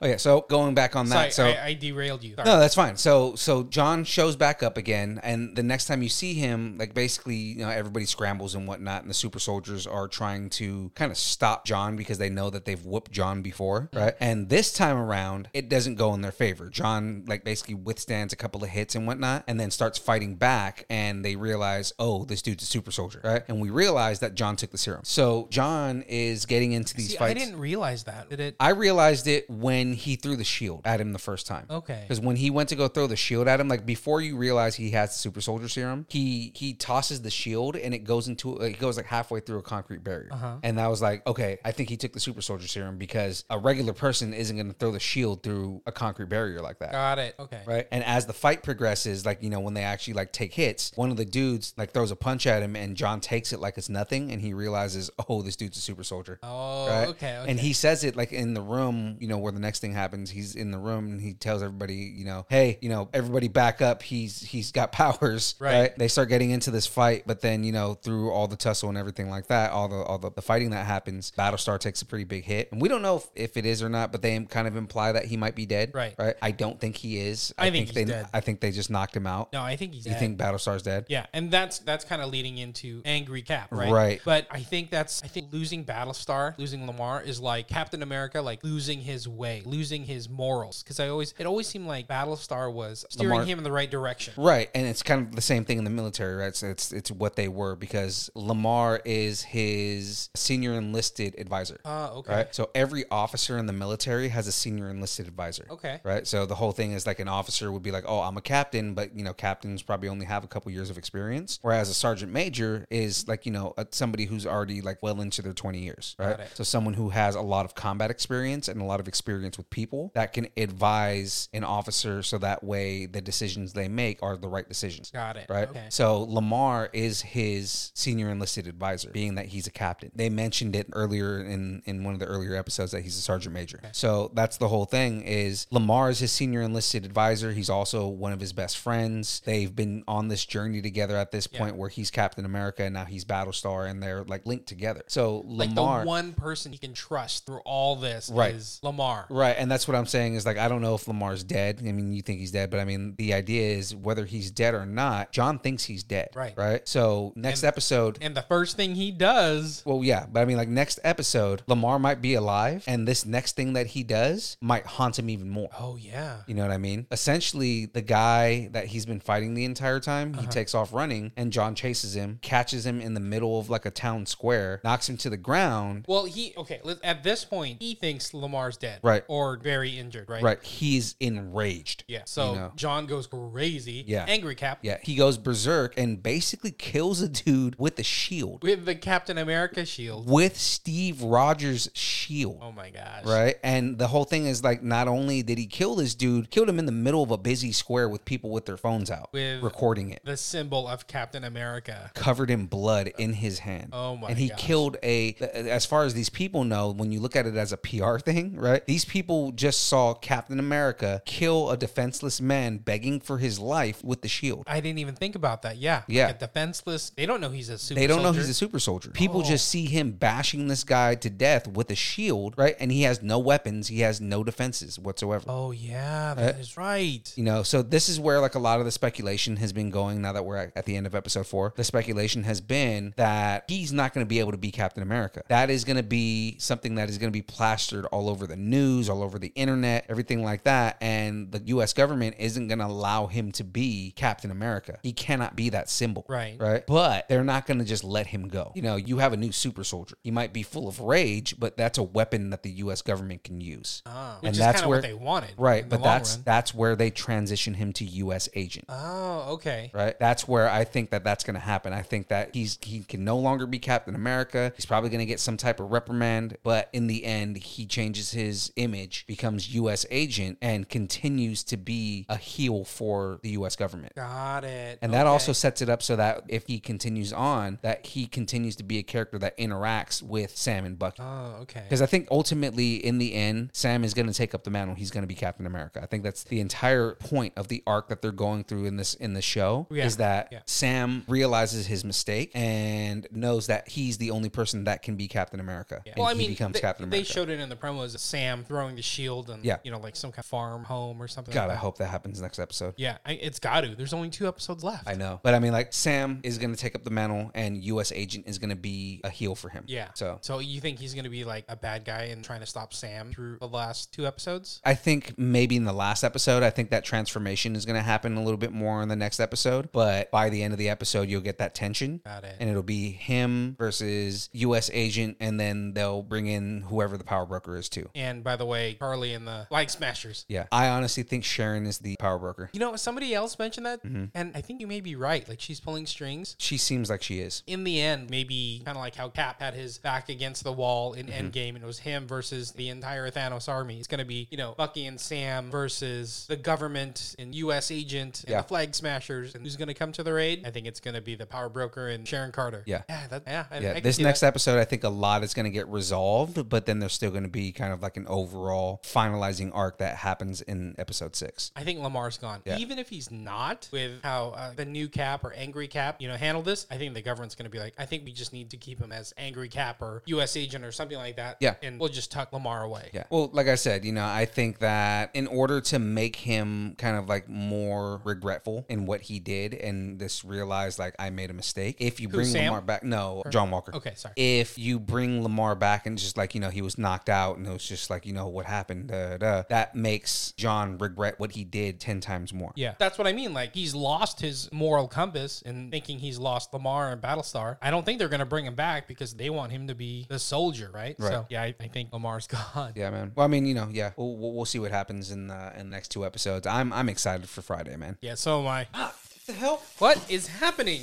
Speaker 2: oh yeah. So going back on that,
Speaker 5: Sorry,
Speaker 2: so
Speaker 5: I, I derailed you. Sorry.
Speaker 2: no, that's fine. So so John shows back up again, and the next time you see him, like basically, you know, everybody scrambles and whatnot, and the super soldiers are trying to kind of stop John because they know that they've whooped John before,
Speaker 5: Mm-hmm.
Speaker 2: right? And this time around, it doesn't go in their favor. John like basically withstands a couple of hits and whatnot, and then starts fighting back, and they realize, oh, this dude's a super soldier, right? And we realize that John took the serum. So John is getting into these
Speaker 5: See, I
Speaker 2: fights.
Speaker 5: didn't realize that. Did it?
Speaker 2: I realized it when he threw the shield at him the first time.
Speaker 5: Okay.
Speaker 2: Because when he went to go throw the shield at him, like before you realize he has super soldier serum, he he tosses the shield and it goes into it goes like halfway through a concrete barrier.
Speaker 5: Uh-huh.
Speaker 2: And that was like, okay, I think he took the super soldier serum because a regular person isn't going to throw the shield through a concrete barrier like that.
Speaker 5: Got it. Okay.
Speaker 2: Right. And as the fight progresses, like, you know, when they actually like take hits, one of the dudes like throws a punch at him and John takes it like it's nothing. And he realizes, oh, this dude's a super soldier.
Speaker 5: Oh, okay, okay.
Speaker 2: And he says it like in the room, you know, where the next thing happens. He's in the room and he tells everybody, you know, hey, you know, everybody back up. He's, he's got powers.
Speaker 5: Right.
Speaker 2: They start getting into this fight, but then, you know, through all the tussle and everything like that, all the, all the, the fighting that happens, Battlestar takes a pretty big hit. And we don't know if, if it is or not, but they kind of imply that he might be dead.
Speaker 5: Right.
Speaker 2: Right. I don't think he is.
Speaker 5: I think he's
Speaker 2: they,
Speaker 5: dead.
Speaker 2: I think they just knocked him out.
Speaker 5: No, I think he's.
Speaker 2: you
Speaker 5: dead.
Speaker 2: think Battlestar's dead?
Speaker 5: Yeah, and that's that's kind of leading into angry Cap, right?
Speaker 2: Right.
Speaker 5: But I think that's I think losing Battlestar, losing Lamar is like Captain America, like losing his way, losing his morals. Because I always it always seemed like Battlestar was steering
Speaker 2: Lamar-
Speaker 5: him in the right direction.
Speaker 2: Right, and it's kind of the same thing in the military, right? So it's it's what they were because Lamar is his senior enlisted advisor.
Speaker 5: Ah, okay.
Speaker 2: Right, so every officer in the military has a senior enlisted advisor.
Speaker 5: Okay.
Speaker 2: right. So the whole thing is like an officer would be like, "Oh, I'm a captain," but you know, captains probably only have a couple years of experience, whereas a sergeant major is like you know a- somebody who's already like well into their 20 years, right?
Speaker 5: Got it.
Speaker 2: So someone who has a lot of combat experience and a lot of experience with people that can advise an officer, so that way the decisions they make are the right decisions.
Speaker 5: Got it.
Speaker 2: Right.
Speaker 5: Okay.
Speaker 2: So Lamar is his senior enlisted advisor, being that he's a captain. They mentioned it earlier in in one of the earlier episodes that he's a sergeant major. So that's the whole thing is Lamar is his senior enlisted advisor. He's also one of his best friends. They've been on this journey together at this point where he's Captain America and now he's Battlestar and they're like linked together. So
Speaker 5: Like
Speaker 2: Lamar
Speaker 5: the one person he can trust through all this
Speaker 2: Right.
Speaker 5: is Lamar.
Speaker 2: Right, and that's what I'm saying is like I don't know if Lamar's dead. I mean, you think he's dead, but I mean, the idea is whether he's dead or not. John thinks he's dead.
Speaker 5: Right.
Speaker 2: Right. So next episode,
Speaker 5: And the first thing he does,
Speaker 2: well, yeah, but I mean, like next episode, Lamar might be alive, and this next thing that he does might haunt him even more.
Speaker 5: oh yeah,
Speaker 2: You know what I mean? Essentially, the guy that he's been fighting the entire time,
Speaker 5: Uh-huh.
Speaker 2: he takes off running, and John chases him, catches him in the middle of like a town square, knocks him to the ground.
Speaker 5: Well, he okay. let- At this point, he thinks Lamar's dead,
Speaker 2: Right.
Speaker 5: or very injured, right?
Speaker 2: Right. He's enraged.
Speaker 5: Yeah. So
Speaker 2: You know.
Speaker 5: John goes crazy.
Speaker 2: Yeah.
Speaker 5: Angry Cap.
Speaker 2: Yeah, he goes berserk and basically kills a dude with a shield,
Speaker 5: With the Captain America shield.
Speaker 2: with Steve Rogers' shield.
Speaker 5: Oh my gosh.
Speaker 2: Right. And the whole thing is like, not only did he kill this dude, killed him in the middle of a busy square with people with their phones out,
Speaker 5: With-
Speaker 2: recording it,
Speaker 5: The symbol of Captain America.
Speaker 2: covered in blood in his hand.
Speaker 5: Oh my
Speaker 2: And he
Speaker 5: gosh.
Speaker 2: killed a, as far as these people know, when you look at it as a PR thing, right? These people just saw Captain America kill a defenseless man begging for his life with the shield.
Speaker 5: I didn't even think about that. Yeah.
Speaker 2: Yeah.
Speaker 5: Like a defenseless. They don't know he's a super
Speaker 2: They don't know
Speaker 5: soldier. Oh.
Speaker 2: he's a super soldier. People just see him bashing this guy to death with a shield, right? And he has no weapons, he has no defenses whatsoever.
Speaker 5: Oh yeah,
Speaker 2: Uh,
Speaker 5: that is right.
Speaker 2: You know, so this is where like a lot of the speculation has been going now that we're at at the end of episode 4. The speculation has been that he's not going to be able to be Captain America. That is going to be something that is going to be plastered all over the news, all over the internet, everything like that, and the US government isn't going to allow him to be Captain America. He cannot be that symbol.
Speaker 5: Right.
Speaker 2: Right? But they're not going to just let him go. You know, you have a new super soldier. He might be full of rage, but that's a weapon that the US government can use.
Speaker 5: Ah. Which is kinda what they wanted
Speaker 2: Right,
Speaker 5: in the
Speaker 2: but
Speaker 5: long
Speaker 2: that's
Speaker 5: run.
Speaker 2: that's where they transition him to US agent.
Speaker 5: Oh okay.
Speaker 2: Right. That's where I think that that's going to happen. I think that he's he can no longer be Captain America. He's probably going to get some type of reprimand, but in the end, he changes his image, becomes U.S. agent, and continues to be a heel for the U.S. government.
Speaker 5: Got Got it.
Speaker 2: And that
Speaker 5: Okay.
Speaker 2: also sets it up so that if he continues on, that he continues to be a character that interacts with Sam and Bucky.
Speaker 5: Oh, okay.
Speaker 2: Because I think ultimately, in the end, Sam is going to take up the mantle. He's going to be Captain America. I think that's the entire point of the arc that they're going through in this in the show
Speaker 5: Yeah,
Speaker 2: is that
Speaker 5: yeah.
Speaker 2: Sam realizes his mistake and knows that he's the only person that can be Captain America.
Speaker 5: Yeah.
Speaker 2: And he becomes
Speaker 5: they,
Speaker 2: Captain
Speaker 5: they
Speaker 2: America.
Speaker 5: showed it in the promos as Sam throwing the shield and
Speaker 2: Yeah.
Speaker 5: you know like some kind of farm home or something.
Speaker 2: God,
Speaker 5: like
Speaker 2: I
Speaker 5: that.
Speaker 2: hope that happens next episode.
Speaker 5: Yeah, I, it's got to. There's only two episodes left.
Speaker 2: I know, but I mean, like Sam is going to take up the mantle, and U.S. Agent is going to be a heel for him.
Speaker 5: Yeah.
Speaker 2: So
Speaker 5: so you think he's gonna be like a bad guy and trying to stop Sam through the last two episodes?
Speaker 2: I think maybe in the last episode, I think that transformation is going to happen a little bit more in the next episode. But by the end of the episode, you'll get that tension.
Speaker 5: Got it.
Speaker 2: And it'll be him versus U.S. agent, and then they'll bring in whoever the power broker is too.
Speaker 5: And by the way, Carly and the Flag Smashers.
Speaker 2: Yeah, I honestly think Sharon is the power broker.
Speaker 5: You know, somebody else mentioned that,
Speaker 2: Mm-hmm.
Speaker 5: and I think you may be right. Like she's pulling strings.
Speaker 2: She seems like she is.
Speaker 5: In the end, maybe kind of like how Cap had his back against the wall in
Speaker 2: Mm-hmm.
Speaker 5: Endgame, and it was him versus the entire Thanos army. It's going to be, you know, Bucky and Sam versus the government and U.S. agent and
Speaker 2: Yeah.
Speaker 5: the Flag Smashers, and who's going to come to the raid? I think it's going to be the Power Broker and Sharon Carter.
Speaker 2: Yeah.
Speaker 5: yeah, that, yeah. I, I
Speaker 2: Yeah,
Speaker 5: can
Speaker 2: this
Speaker 5: see
Speaker 2: next
Speaker 5: that.
Speaker 2: episode, I think a lot is going to get resolved, but then there's still going to be kind of like an overall finalizing arc that happens in episode six.
Speaker 5: I think Lamar's gone.
Speaker 2: Yeah.
Speaker 5: Even if he's not, with how uh, the new Cap or Angry Cap, you know, handle this, I think the government's going to be like, I think we just need to keep him as Angry Cap or U.S. Agent or something like that.
Speaker 2: Yeah.
Speaker 5: and we'll just tuck Lamar away.
Speaker 2: Yeah. Well, like I said, you know, I think that in order to make him kind of like more regretful in what he did and this realize like I made a mistake, if you
Speaker 5: Who,
Speaker 2: bring
Speaker 5: Sam?
Speaker 2: Lamar back, no, John Walker.
Speaker 5: Okay, sorry.
Speaker 2: If you bring Lamar back and just like, you know, he was knocked out and it was just like, you know, what happened, da, da, that makes John regret what he did 10 times more.
Speaker 5: Yeah, that's what I mean. Like he's lost his moral compass and thinking he's lost Lamar and Battlestar. I don't think they're going to bring him back because they want him to be the soldier, right?
Speaker 2: Right.
Speaker 5: So yeah, I, I think Lamar's gone.
Speaker 2: Yeah, man. Well, I mean, you know, yeah, we'll, we'll we'll see what happens in the in the next two episodes. I'm I'm excited for Friday, man.
Speaker 5: Yeah, so am I.
Speaker 2: Ah, the hell?
Speaker 5: What is happening?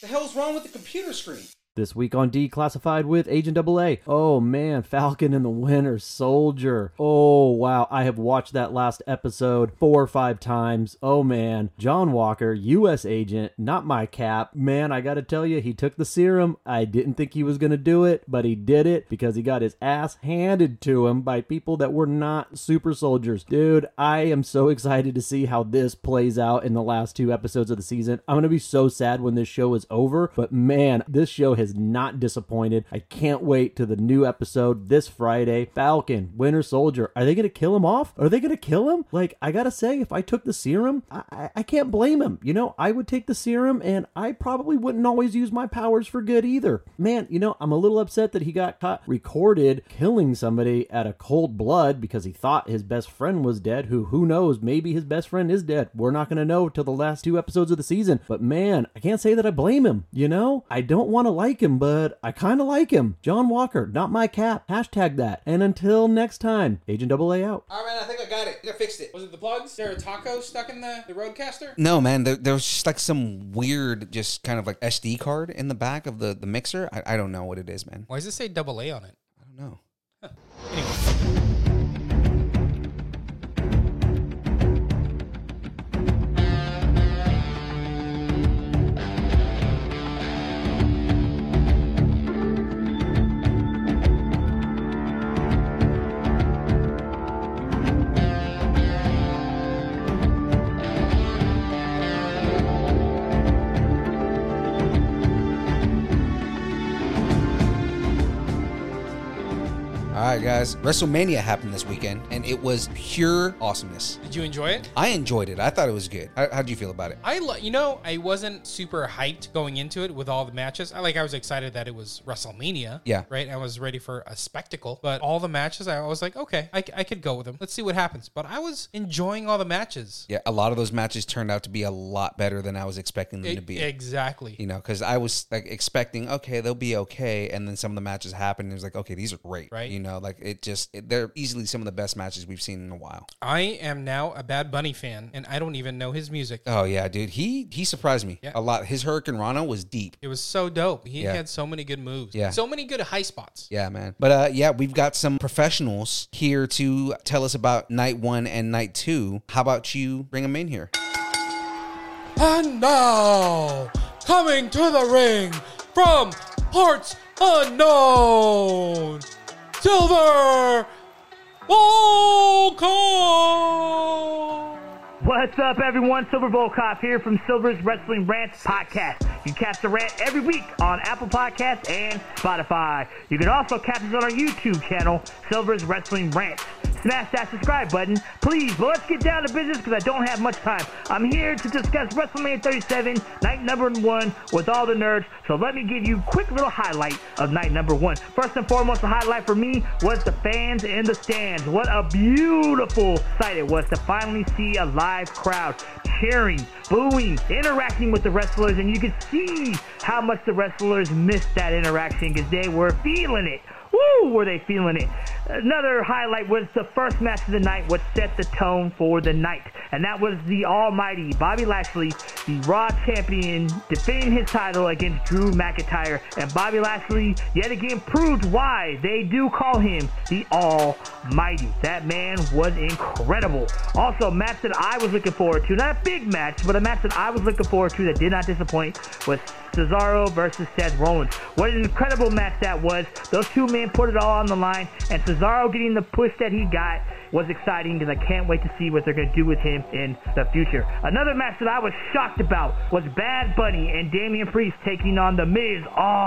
Speaker 2: The hell's wrong with the computer screen?
Speaker 12: This week on Declassified with Agent AA. Oh man, Falcon and the Winter Soldier. Oh wow, I have watched that last episode four or five times. Oh man, John Walker, U.S. agent, not my cap. Man, I gotta tell you, he took the serum. I didn't think he was gonna do it, but he did it because he got his ass handed to him by people that were not super soldiers. Dude, I am so excited to see how this plays out in the last two episodes of the season. I'm gonna be so sad when this show is over, but man, this show has not disappointed. I can't wait to the new episode this Friday. Falcon, Winter Soldier. Are they gonna kill him off? Are they gonna kill him? Like, I gotta say, if I took the serum, I, I, I can't blame him. You know, I would take the serum and I probably wouldn't always use my powers for good either. Man, you know, I'm a little upset that he got caught recorded killing somebody at a cold blood because he thought his best friend was dead, who who knows, maybe his best friend is dead. We're not going to know till the last two episodes of the season. But man, I can't say that I blame him, you know? I don't want to like him, but I kind of like him. John Walker, not my cap. Hashtag that. And until next time, Agent AA out.
Speaker 5: All right, I think I got it. I fixed it. Was it the plugs? Is there a taco stuck in the, the roadcaster?
Speaker 2: No, man, there, there was just like some weird, just kind of like SD card in the back of the, the mixer. I, I don't know what it is, man.
Speaker 5: Why does it say double A on it?
Speaker 2: I don't know. All right, guys. WrestleMania happened this weekend, and it was pure awesomeness.
Speaker 5: Did you enjoy it?
Speaker 2: I enjoyed it. I thought it was good. How, how'd you feel about it?
Speaker 5: I lo- you know I wasn't super hyped going into it with all the matches. I like I was excited that it was WrestleMania.
Speaker 2: Yeah.
Speaker 5: Right. I was ready for a spectacle, but all the matches I was like, okay, I, c- I could go with them. Let's see what happens. But I was enjoying all the matches.
Speaker 2: Yeah, a lot of those matches turned out to be a lot better than I was expecting them
Speaker 5: E-
Speaker 2: to be.
Speaker 5: Exactly.
Speaker 2: you know, because I was like expecting, okay, they'll be okay, and then some of the matches happened. And it was like, okay, these are great,
Speaker 5: Right.
Speaker 2: You know, like it just it, they're easily some of the best matches we've seen in a while.
Speaker 5: I am now a Bad Bunny fan, and I don't even know his music.
Speaker 2: Oh yeah, dude, he he surprised me
Speaker 5: Yeah.
Speaker 2: a lot. His Hurricane Rana was deep.
Speaker 5: It was so dope. He
Speaker 2: Yeah.
Speaker 5: had so many good moves.
Speaker 2: Yeah.
Speaker 5: So many good high spots.
Speaker 2: Yeah, man. But uh, yeah, we've got some professionals here to tell us about night one and night two. How about you bring them in here?
Speaker 5: And now, coming to the ring from parts unknown, Silver Volkov!
Speaker 13: What's up, everyone? Silver Volkov here from Silver's Wrestling Rants Podcast. You catch the rant every week on Apple Podcasts and Spotify. You can also catch us on our YouTube channel, Silver's Wrestling Rants. Smash that subscribe button, please. But let's get down to business because I don't have much time. I'm here to discuss WrestleMania 37, night number one, with all the nerds. So let me give you a quick little highlight of night number one. First and foremost, the highlight for me was the fans in the stands. What a beautiful sight it was to finally see a live crowd cheering, booing, interacting with the wrestlers, and you could see how much the wrestlers missed that interaction because they were feeling it. Woo, were they feeling it? Another highlight was the first match of the night, what set the tone for the night, and that was the almighty Bobby Lashley, the Raw champion, defending his title against Drew McIntyre. And Bobby Lashley yet again proved why they do call him the Almighty. That man was incredible. Also, match that I was looking forward to, not a big match, but a match that I was looking forward to that did not disappoint was Cesaro versus Seth Rollins. What an incredible match that was. Those two men put it all on the line, and Cesaro getting the push that he got was exciting, and I can't wait to see what they're going to do with him in the future. Another match that I was shocked about was Bad Bunny and Damian Priest taking on The Miz,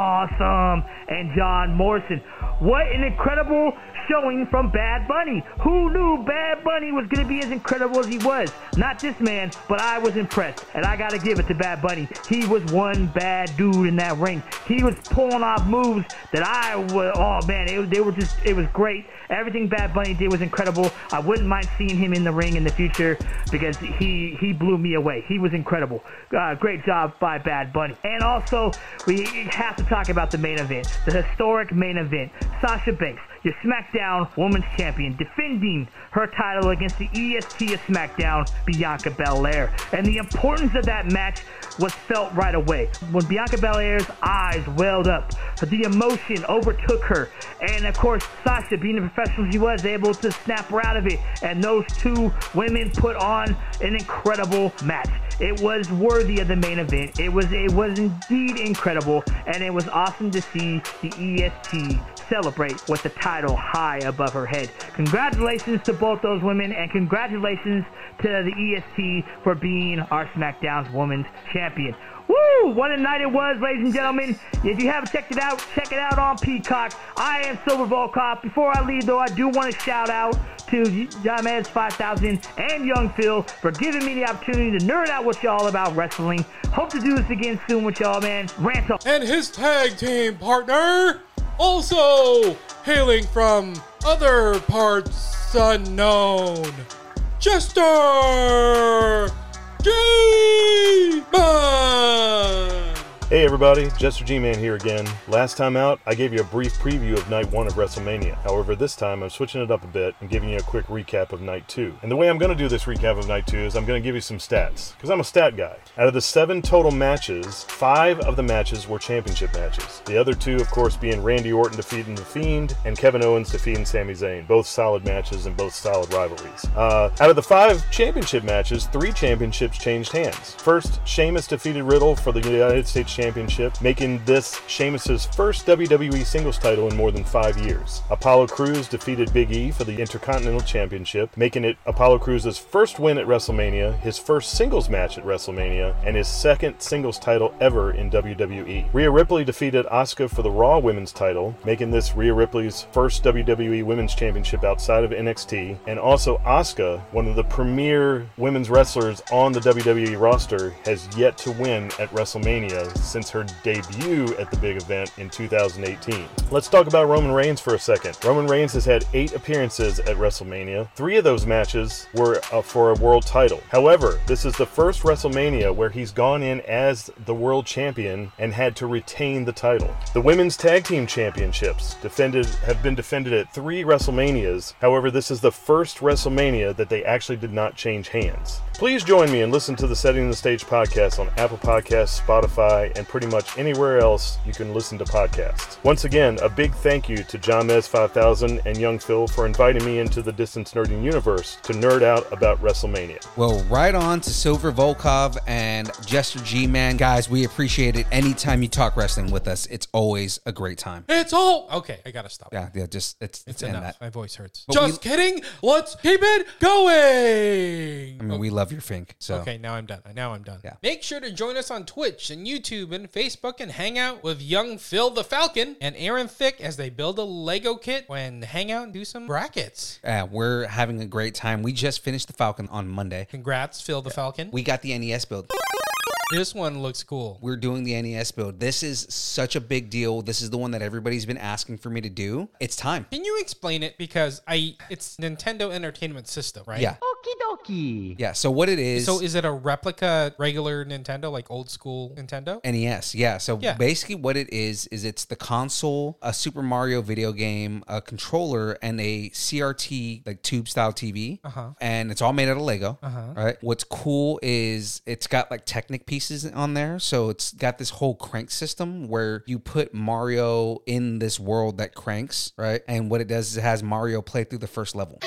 Speaker 13: awesome, and John Morrison. What an incredible showing from Bad Bunny. Who knew Bad Bunny was going to be as incredible as he was? Not this man, but I was impressed, and I got to give it to Bad Bunny. He was one bad dude in that ring. He was pulling off moves that I was, oh man, it, they were just, it was great. Everything Bad Bunny did was incredible. I wouldn't mind seeing him in the ring in the future because he he blew me away. He was incredible. Uh, great job by Bad Bunny. And also, we have to talk about the main event, the historic main event. Sasha Banks, your SmackDown Women's Champion, defending her title against the E EST of SmackDown, Bianca Belair. And the importance of that match was felt right away. When Bianca Belair's eyes welled up, the emotion overtook her. And of course, Sasha, being the professional she was, able to snap her out of it. And those two women put on an incredible match. It was worthy of the main event. It was it was indeed incredible, and it was awesome to see the E EST celebrate with the title high above her head. Congratulations to both those women, and congratulations to the EST for being our SmackDown's Women's Champion. Woo! What a night it was, ladies and gentlemen. If you haven't checked it out, check it out on Peacock. I am Silver Volkov. Before I leave, though, I do want to shout out to Jamez 5000 and Young Phil for giving me the opportunity to nerd out with y'all about wrestling. Hope to do this again soon with y'all, man. Rant on.
Speaker 5: And his tag team partner, also hailing from other parts unknown, Jester G-Man!
Speaker 14: Hey everybody, Jester G-Man here again. Last time out, I gave you a brief preview of Night 1 of WrestleMania. However, this time I'm switching it up a bit and giving you a quick recap of Night 2. And the way I'm going to do this recap of Night 2 is I'm going to give you some stats, because I'm a stat guy. Out of the seven total matches, five of the matches were championship matches. The other two, of course, being Randy Orton defeating The Fiend and Kevin Owens defeating Sami Zayn. Both solid matches and both solid rivalries. Uh, out of the five championship matches, three championships changed hands. First, Sheamus defeated Riddle for the United States Championship, making this Sheamus's first WWE singles title in more than five years. Apollo Crews defeated Big E for the Intercontinental Championship, making it Apollo Crews' first win at WrestleMania, his first singles match at WrestleMania, and his second singles title ever in WWE. Rhea Ripley defeated Asuka for the Raw Women's title, making this Rhea Ripley's first WWE Women's Championship outside of NXT, and also Asuka, one of the premier women's wrestlers on the WWE roster, has yet to win at WrestleMania since her debut at the big event in 2018. Let's talk about Roman Reigns for a second. Roman Reigns has had eight appearances at WrestleMania. Three of those matches were uh, for a world title. However, this is the first WrestleMania where he's gone in as the world champion and had to retain the title. The women's tag team championships defended have been defended at three WrestleManias. However, this is the first WrestleMania that they actually did not change hands. Please join me and listen to the Setting the Stage podcast on Apple Podcasts, Spotify, and pretty much anywhere else you can listen to podcasts. Once again, a big thank you to John Mez 5000 and Young Phil for inviting me into the Distance Nerding universe to nerd out about WrestleMania.
Speaker 2: Well, right on to Silver Volkov and Jester G Man. Guys, we appreciate it anytime you talk wrestling with us. It's always a great time.
Speaker 5: It's all okay. I gotta stop.
Speaker 2: Yeah, yeah, just it's it's,
Speaker 5: It's
Speaker 2: in
Speaker 5: enough.
Speaker 2: that.
Speaker 5: My voice hurts.
Speaker 2: But
Speaker 5: Just kidding. Let's keep it going.
Speaker 2: I mean, we love your fink. So
Speaker 5: Oh. Okay, now I'm done. Now I'm done. Make sure to join us on Twitch and YouTube and Facebook and hang out with young Phil the Falcon and Aaron Thick as they build a Lego kit and hang out and do some brackets.
Speaker 2: Yeah, we're having a great time. We just finished the Falcon on Monday.
Speaker 5: Congrats, Phil the Falcon.
Speaker 2: We got the E NES build.
Speaker 5: This one looks cool.
Speaker 2: We're doing the NES build. This is such a big deal. This is the one that everybody's been asking for me to do. It's time.
Speaker 5: Can you explain it? Because I, it's Nintendo Entertainment System, right?
Speaker 2: Yeah.
Speaker 5: Okie
Speaker 2: Yeah. So what it is?
Speaker 5: So is it a replica regular Nintendo, like old school Nintendo?
Speaker 2: NES. E Yeah. So
Speaker 5: Yeah.
Speaker 2: basically, what it is is it's the console, a Super Mario video game, a controller, and a CRT like tube style TV,
Speaker 5: Uh-huh.
Speaker 2: and it's all made out of Lego.
Speaker 5: Uh-huh.
Speaker 2: Right. What's cool is it's got like Technic pieces on there, so it's got this whole crank system where you put Mario in this world that cranks, right? And what it does is it has Mario play through the first level.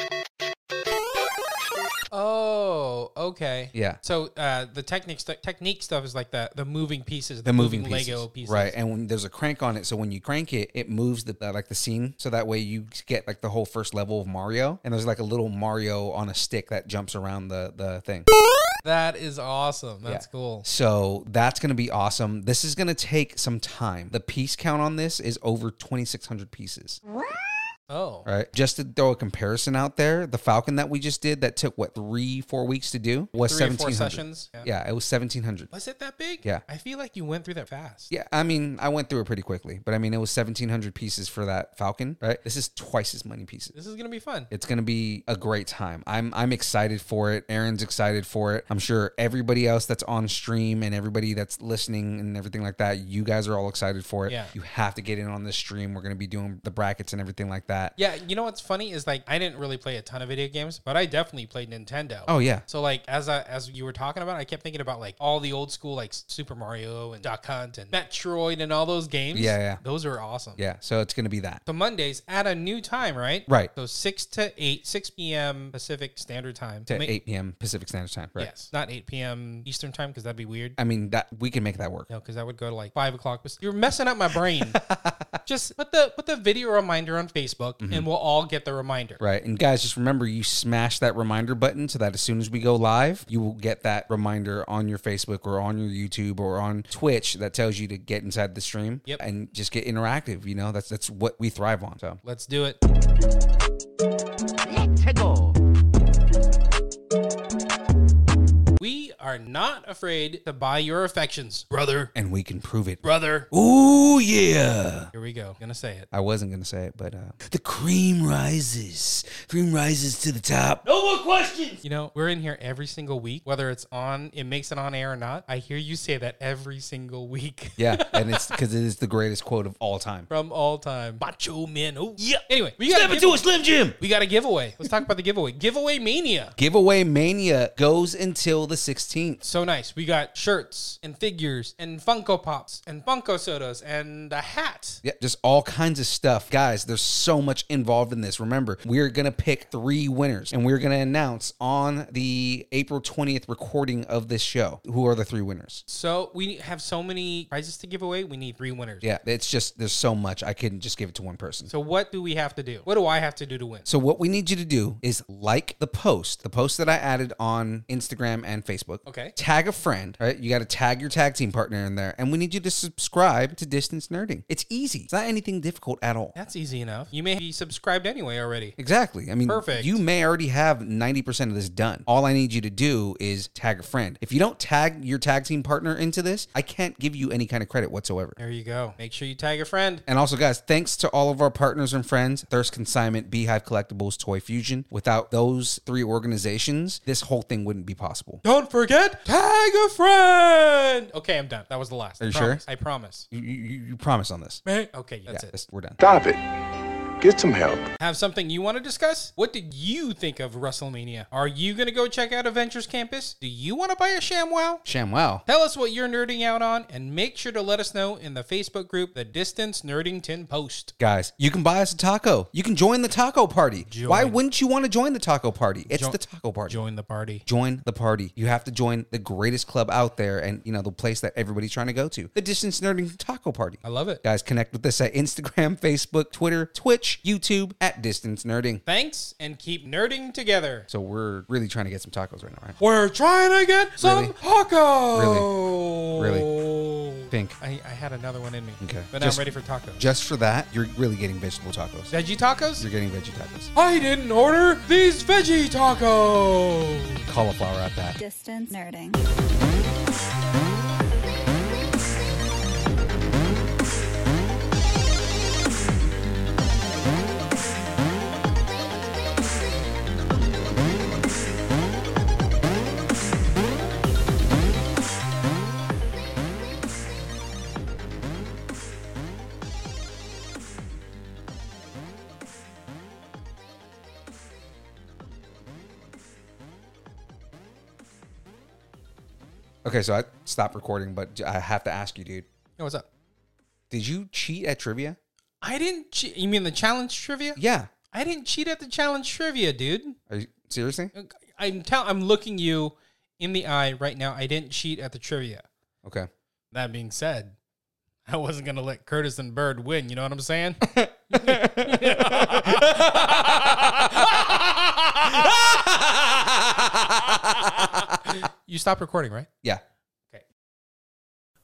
Speaker 5: Oh, okay.
Speaker 2: Yeah.
Speaker 5: So uh, the technique stu- technique stuff is like the the moving pieces, the,
Speaker 2: the moving pieces,
Speaker 5: Lego pieces,
Speaker 2: right? And when there's a crank on it, so when you crank it, it moves the uh, like the scene, so that way you get like the whole first level of Mario. And there's like a little Mario on a stick that jumps around the the thing.
Speaker 5: That is awesome. That's
Speaker 2: Yeah.
Speaker 5: cool.
Speaker 2: So that's gonna be awesome. This is gonna take some time. The piece count on this is over 2,600 pieces.
Speaker 5: Oh,
Speaker 2: All right. Just to throw a comparison out there, the Falcon that we just did that took what three, four weeks to do was
Speaker 5: Three or four
Speaker 2: 1,700.
Speaker 5: sessions?
Speaker 2: Yeah.
Speaker 5: Yeah.
Speaker 2: it was 1,700.
Speaker 5: was it that big?
Speaker 2: Yeah.
Speaker 5: I feel like you went through that fast.
Speaker 2: Yeah, I mean, I went through it pretty quickly, but I mean, it was 1,700 pieces for that Falcon, right? This is twice as many pieces.
Speaker 5: This is gonna be fun.
Speaker 2: It's gonna be a great time. I'm I'm excited for it. Aaron's excited for it. I'm sure everybody else that's on stream and everybody that's listening and everything like that, you guys are all excited for it.
Speaker 5: Yeah.
Speaker 2: You have to get in on this stream. We're gonna be doing the brackets and everything like that.
Speaker 5: Yeah, you know what's funny is like I didn't really play a ton of video games, but I definitely played Nintendo.
Speaker 2: Oh, yeah.
Speaker 5: So like as I, as you were talking about, I kept thinking about like all the old school like Super Mario and Duck Hunt and Metroid and all those games.
Speaker 2: Yeah, yeah.
Speaker 5: Those are awesome.
Speaker 2: Yeah, so it's gonna be that.
Speaker 5: So Mondays at a new time, right?
Speaker 2: Right.
Speaker 5: So six to eight, six p.m. Pacific Standard Time.
Speaker 2: To
Speaker 5: Ma-
Speaker 2: 8 p.m. Pacific Standard Time, right?
Speaker 5: Yes, not eight p.m. Eastern Time because that'd be weird.
Speaker 2: I mean that we can make that work.
Speaker 5: No, because that would go to like five o'clock. You're messing up my brain. Just put the put the video reminder on Facebook, and we'll all get the reminder.
Speaker 2: Mm-hmm. Right. And guys, just remember you smash that reminder button so that as soon as we go live, you will get that reminder on your Facebook or on your YouTube or on Twitch that tells you to get inside the stream
Speaker 5: Yep.
Speaker 2: and just get interactive, you know? That's that's what we thrive on. So,
Speaker 5: Let's do it. We are not afraid to buy your affections, brother.
Speaker 2: and we can prove it.
Speaker 5: Brother.
Speaker 2: Ooh, yeah.
Speaker 5: Here we go. Gonna say it.
Speaker 2: I wasn't going to say it, but uh, the cream rises. Cream rises to the top.
Speaker 5: No more questions. You know, we're in here every single week, whether it's on, it makes it on air or not. I hear you say that every single week.
Speaker 2: Yeah, and it's cuz it is the greatest quote of all time.
Speaker 5: From all time. Macho men. Oh, yeah. Anyway, we got into a Slim Jim. We got a giveaway. Let's talk about the giveaway. Giveaway Mania.
Speaker 2: Giveaway mania goes until the 16th.
Speaker 5: So nice. We got shirts and figures and Funko Pops and Funko Sodas and a hat.
Speaker 2: Yeah, just all kinds of stuff. Guys, there's so much involved in this. Remember, we're going to pick three winners and we're going to announce on the April 20th recording of this show who are the three winners.
Speaker 5: So we have so many prizes to give away. We need three winners.
Speaker 2: Yeah, it's just, there's so much. I couldn't just give it to one person.
Speaker 5: So what do we have to do? What do I have to do to win?
Speaker 2: So what we need you to do is like the post, the post that I added on Instagram and Facebook.
Speaker 5: Okay.
Speaker 2: Tag a friend, right? You got to tag your tag team partner in there, and we need you to subscribe to Distance Nerding. It's easy. It's not anything difficult at all.
Speaker 5: That's easy enough. You may be subscribed anyway already.
Speaker 2: Exactly. I mean,
Speaker 5: Perfect.
Speaker 2: you may already have 90% of this done. All I need you to do is tag a friend. If you don't tag your tag team partner into this, I can't give you any kind of credit whatsoever.
Speaker 5: There you go. Make sure you tag a friend.
Speaker 2: And also, guys, thanks to all of our partners and friends, Thirst Consignment, Beehive Collectibles, Toy Fusion. Without those three organizations, this whole thing wouldn't be possible.
Speaker 5: Don't forget, tag a friend. Okay, I'm done. That was the last.
Speaker 2: Are
Speaker 5: I
Speaker 2: you
Speaker 5: promise.
Speaker 2: sure?
Speaker 5: I promise.
Speaker 2: You, you, you promise on this.
Speaker 5: Man. Okay, that's
Speaker 2: yeah,
Speaker 5: it.
Speaker 2: this- we're done.
Speaker 7: Stop it.
Speaker 15: Get some help.
Speaker 5: Have something you want to discuss? What did you think of WrestleMania? Are you going to go check out Avengers Campus? Do you want to buy a ShamWow?
Speaker 2: ShamWow.
Speaker 5: Tell us what you're nerding out on and make sure to let us know in the Facebook group, The Distance Nerdington Post.
Speaker 2: Guys, you can buy us a taco. You can join the taco party.
Speaker 5: Join.
Speaker 2: Why wouldn't you want to join the taco party? It's
Speaker 5: Jo-
Speaker 2: the taco party.
Speaker 5: Join the party.
Speaker 2: Join the party. You have to join the greatest club out there and, you know, the place that everybody's trying to go to. The Distance Nerding Taco Party.
Speaker 5: I love it.
Speaker 2: Guys, connect with us at Instagram, Facebook, Twitter, Twitch, YouTube, at Distance Nerding.
Speaker 5: Thanks and keep nerding together.
Speaker 2: So we're really trying to get some tacos right now, right?
Speaker 5: We're trying to get some
Speaker 2: Really?
Speaker 5: tacos.
Speaker 2: Really? Pink.
Speaker 5: I, I had another one in me.
Speaker 2: Okay.
Speaker 5: But now
Speaker 2: Just-
Speaker 5: I'm ready for tacos.
Speaker 2: Just for that, you're really getting vegetable tacos.
Speaker 5: Veggie tacos?
Speaker 2: You're getting veggie tacos.
Speaker 5: I didn't order these veggie tacos.
Speaker 2: Cauliflower at that.
Speaker 10: Distance nerding.
Speaker 2: Okay, so I stopped recording, but I have to ask you, dude.
Speaker 5: Yo, what's up?
Speaker 2: Did you cheat at trivia?
Speaker 5: I didn't cheat. You mean the challenge trivia?
Speaker 2: Yeah.
Speaker 5: I didn't cheat at the challenge trivia, dude.
Speaker 2: Are you seriously?
Speaker 5: I'm tell I'm looking you in the eye right now. I didn't cheat at the trivia.
Speaker 2: Okay.
Speaker 5: That being said, I wasn't gonna let Curtis and Bird win. You know what I'm saying? you stopped recording, right?
Speaker 2: Yeah.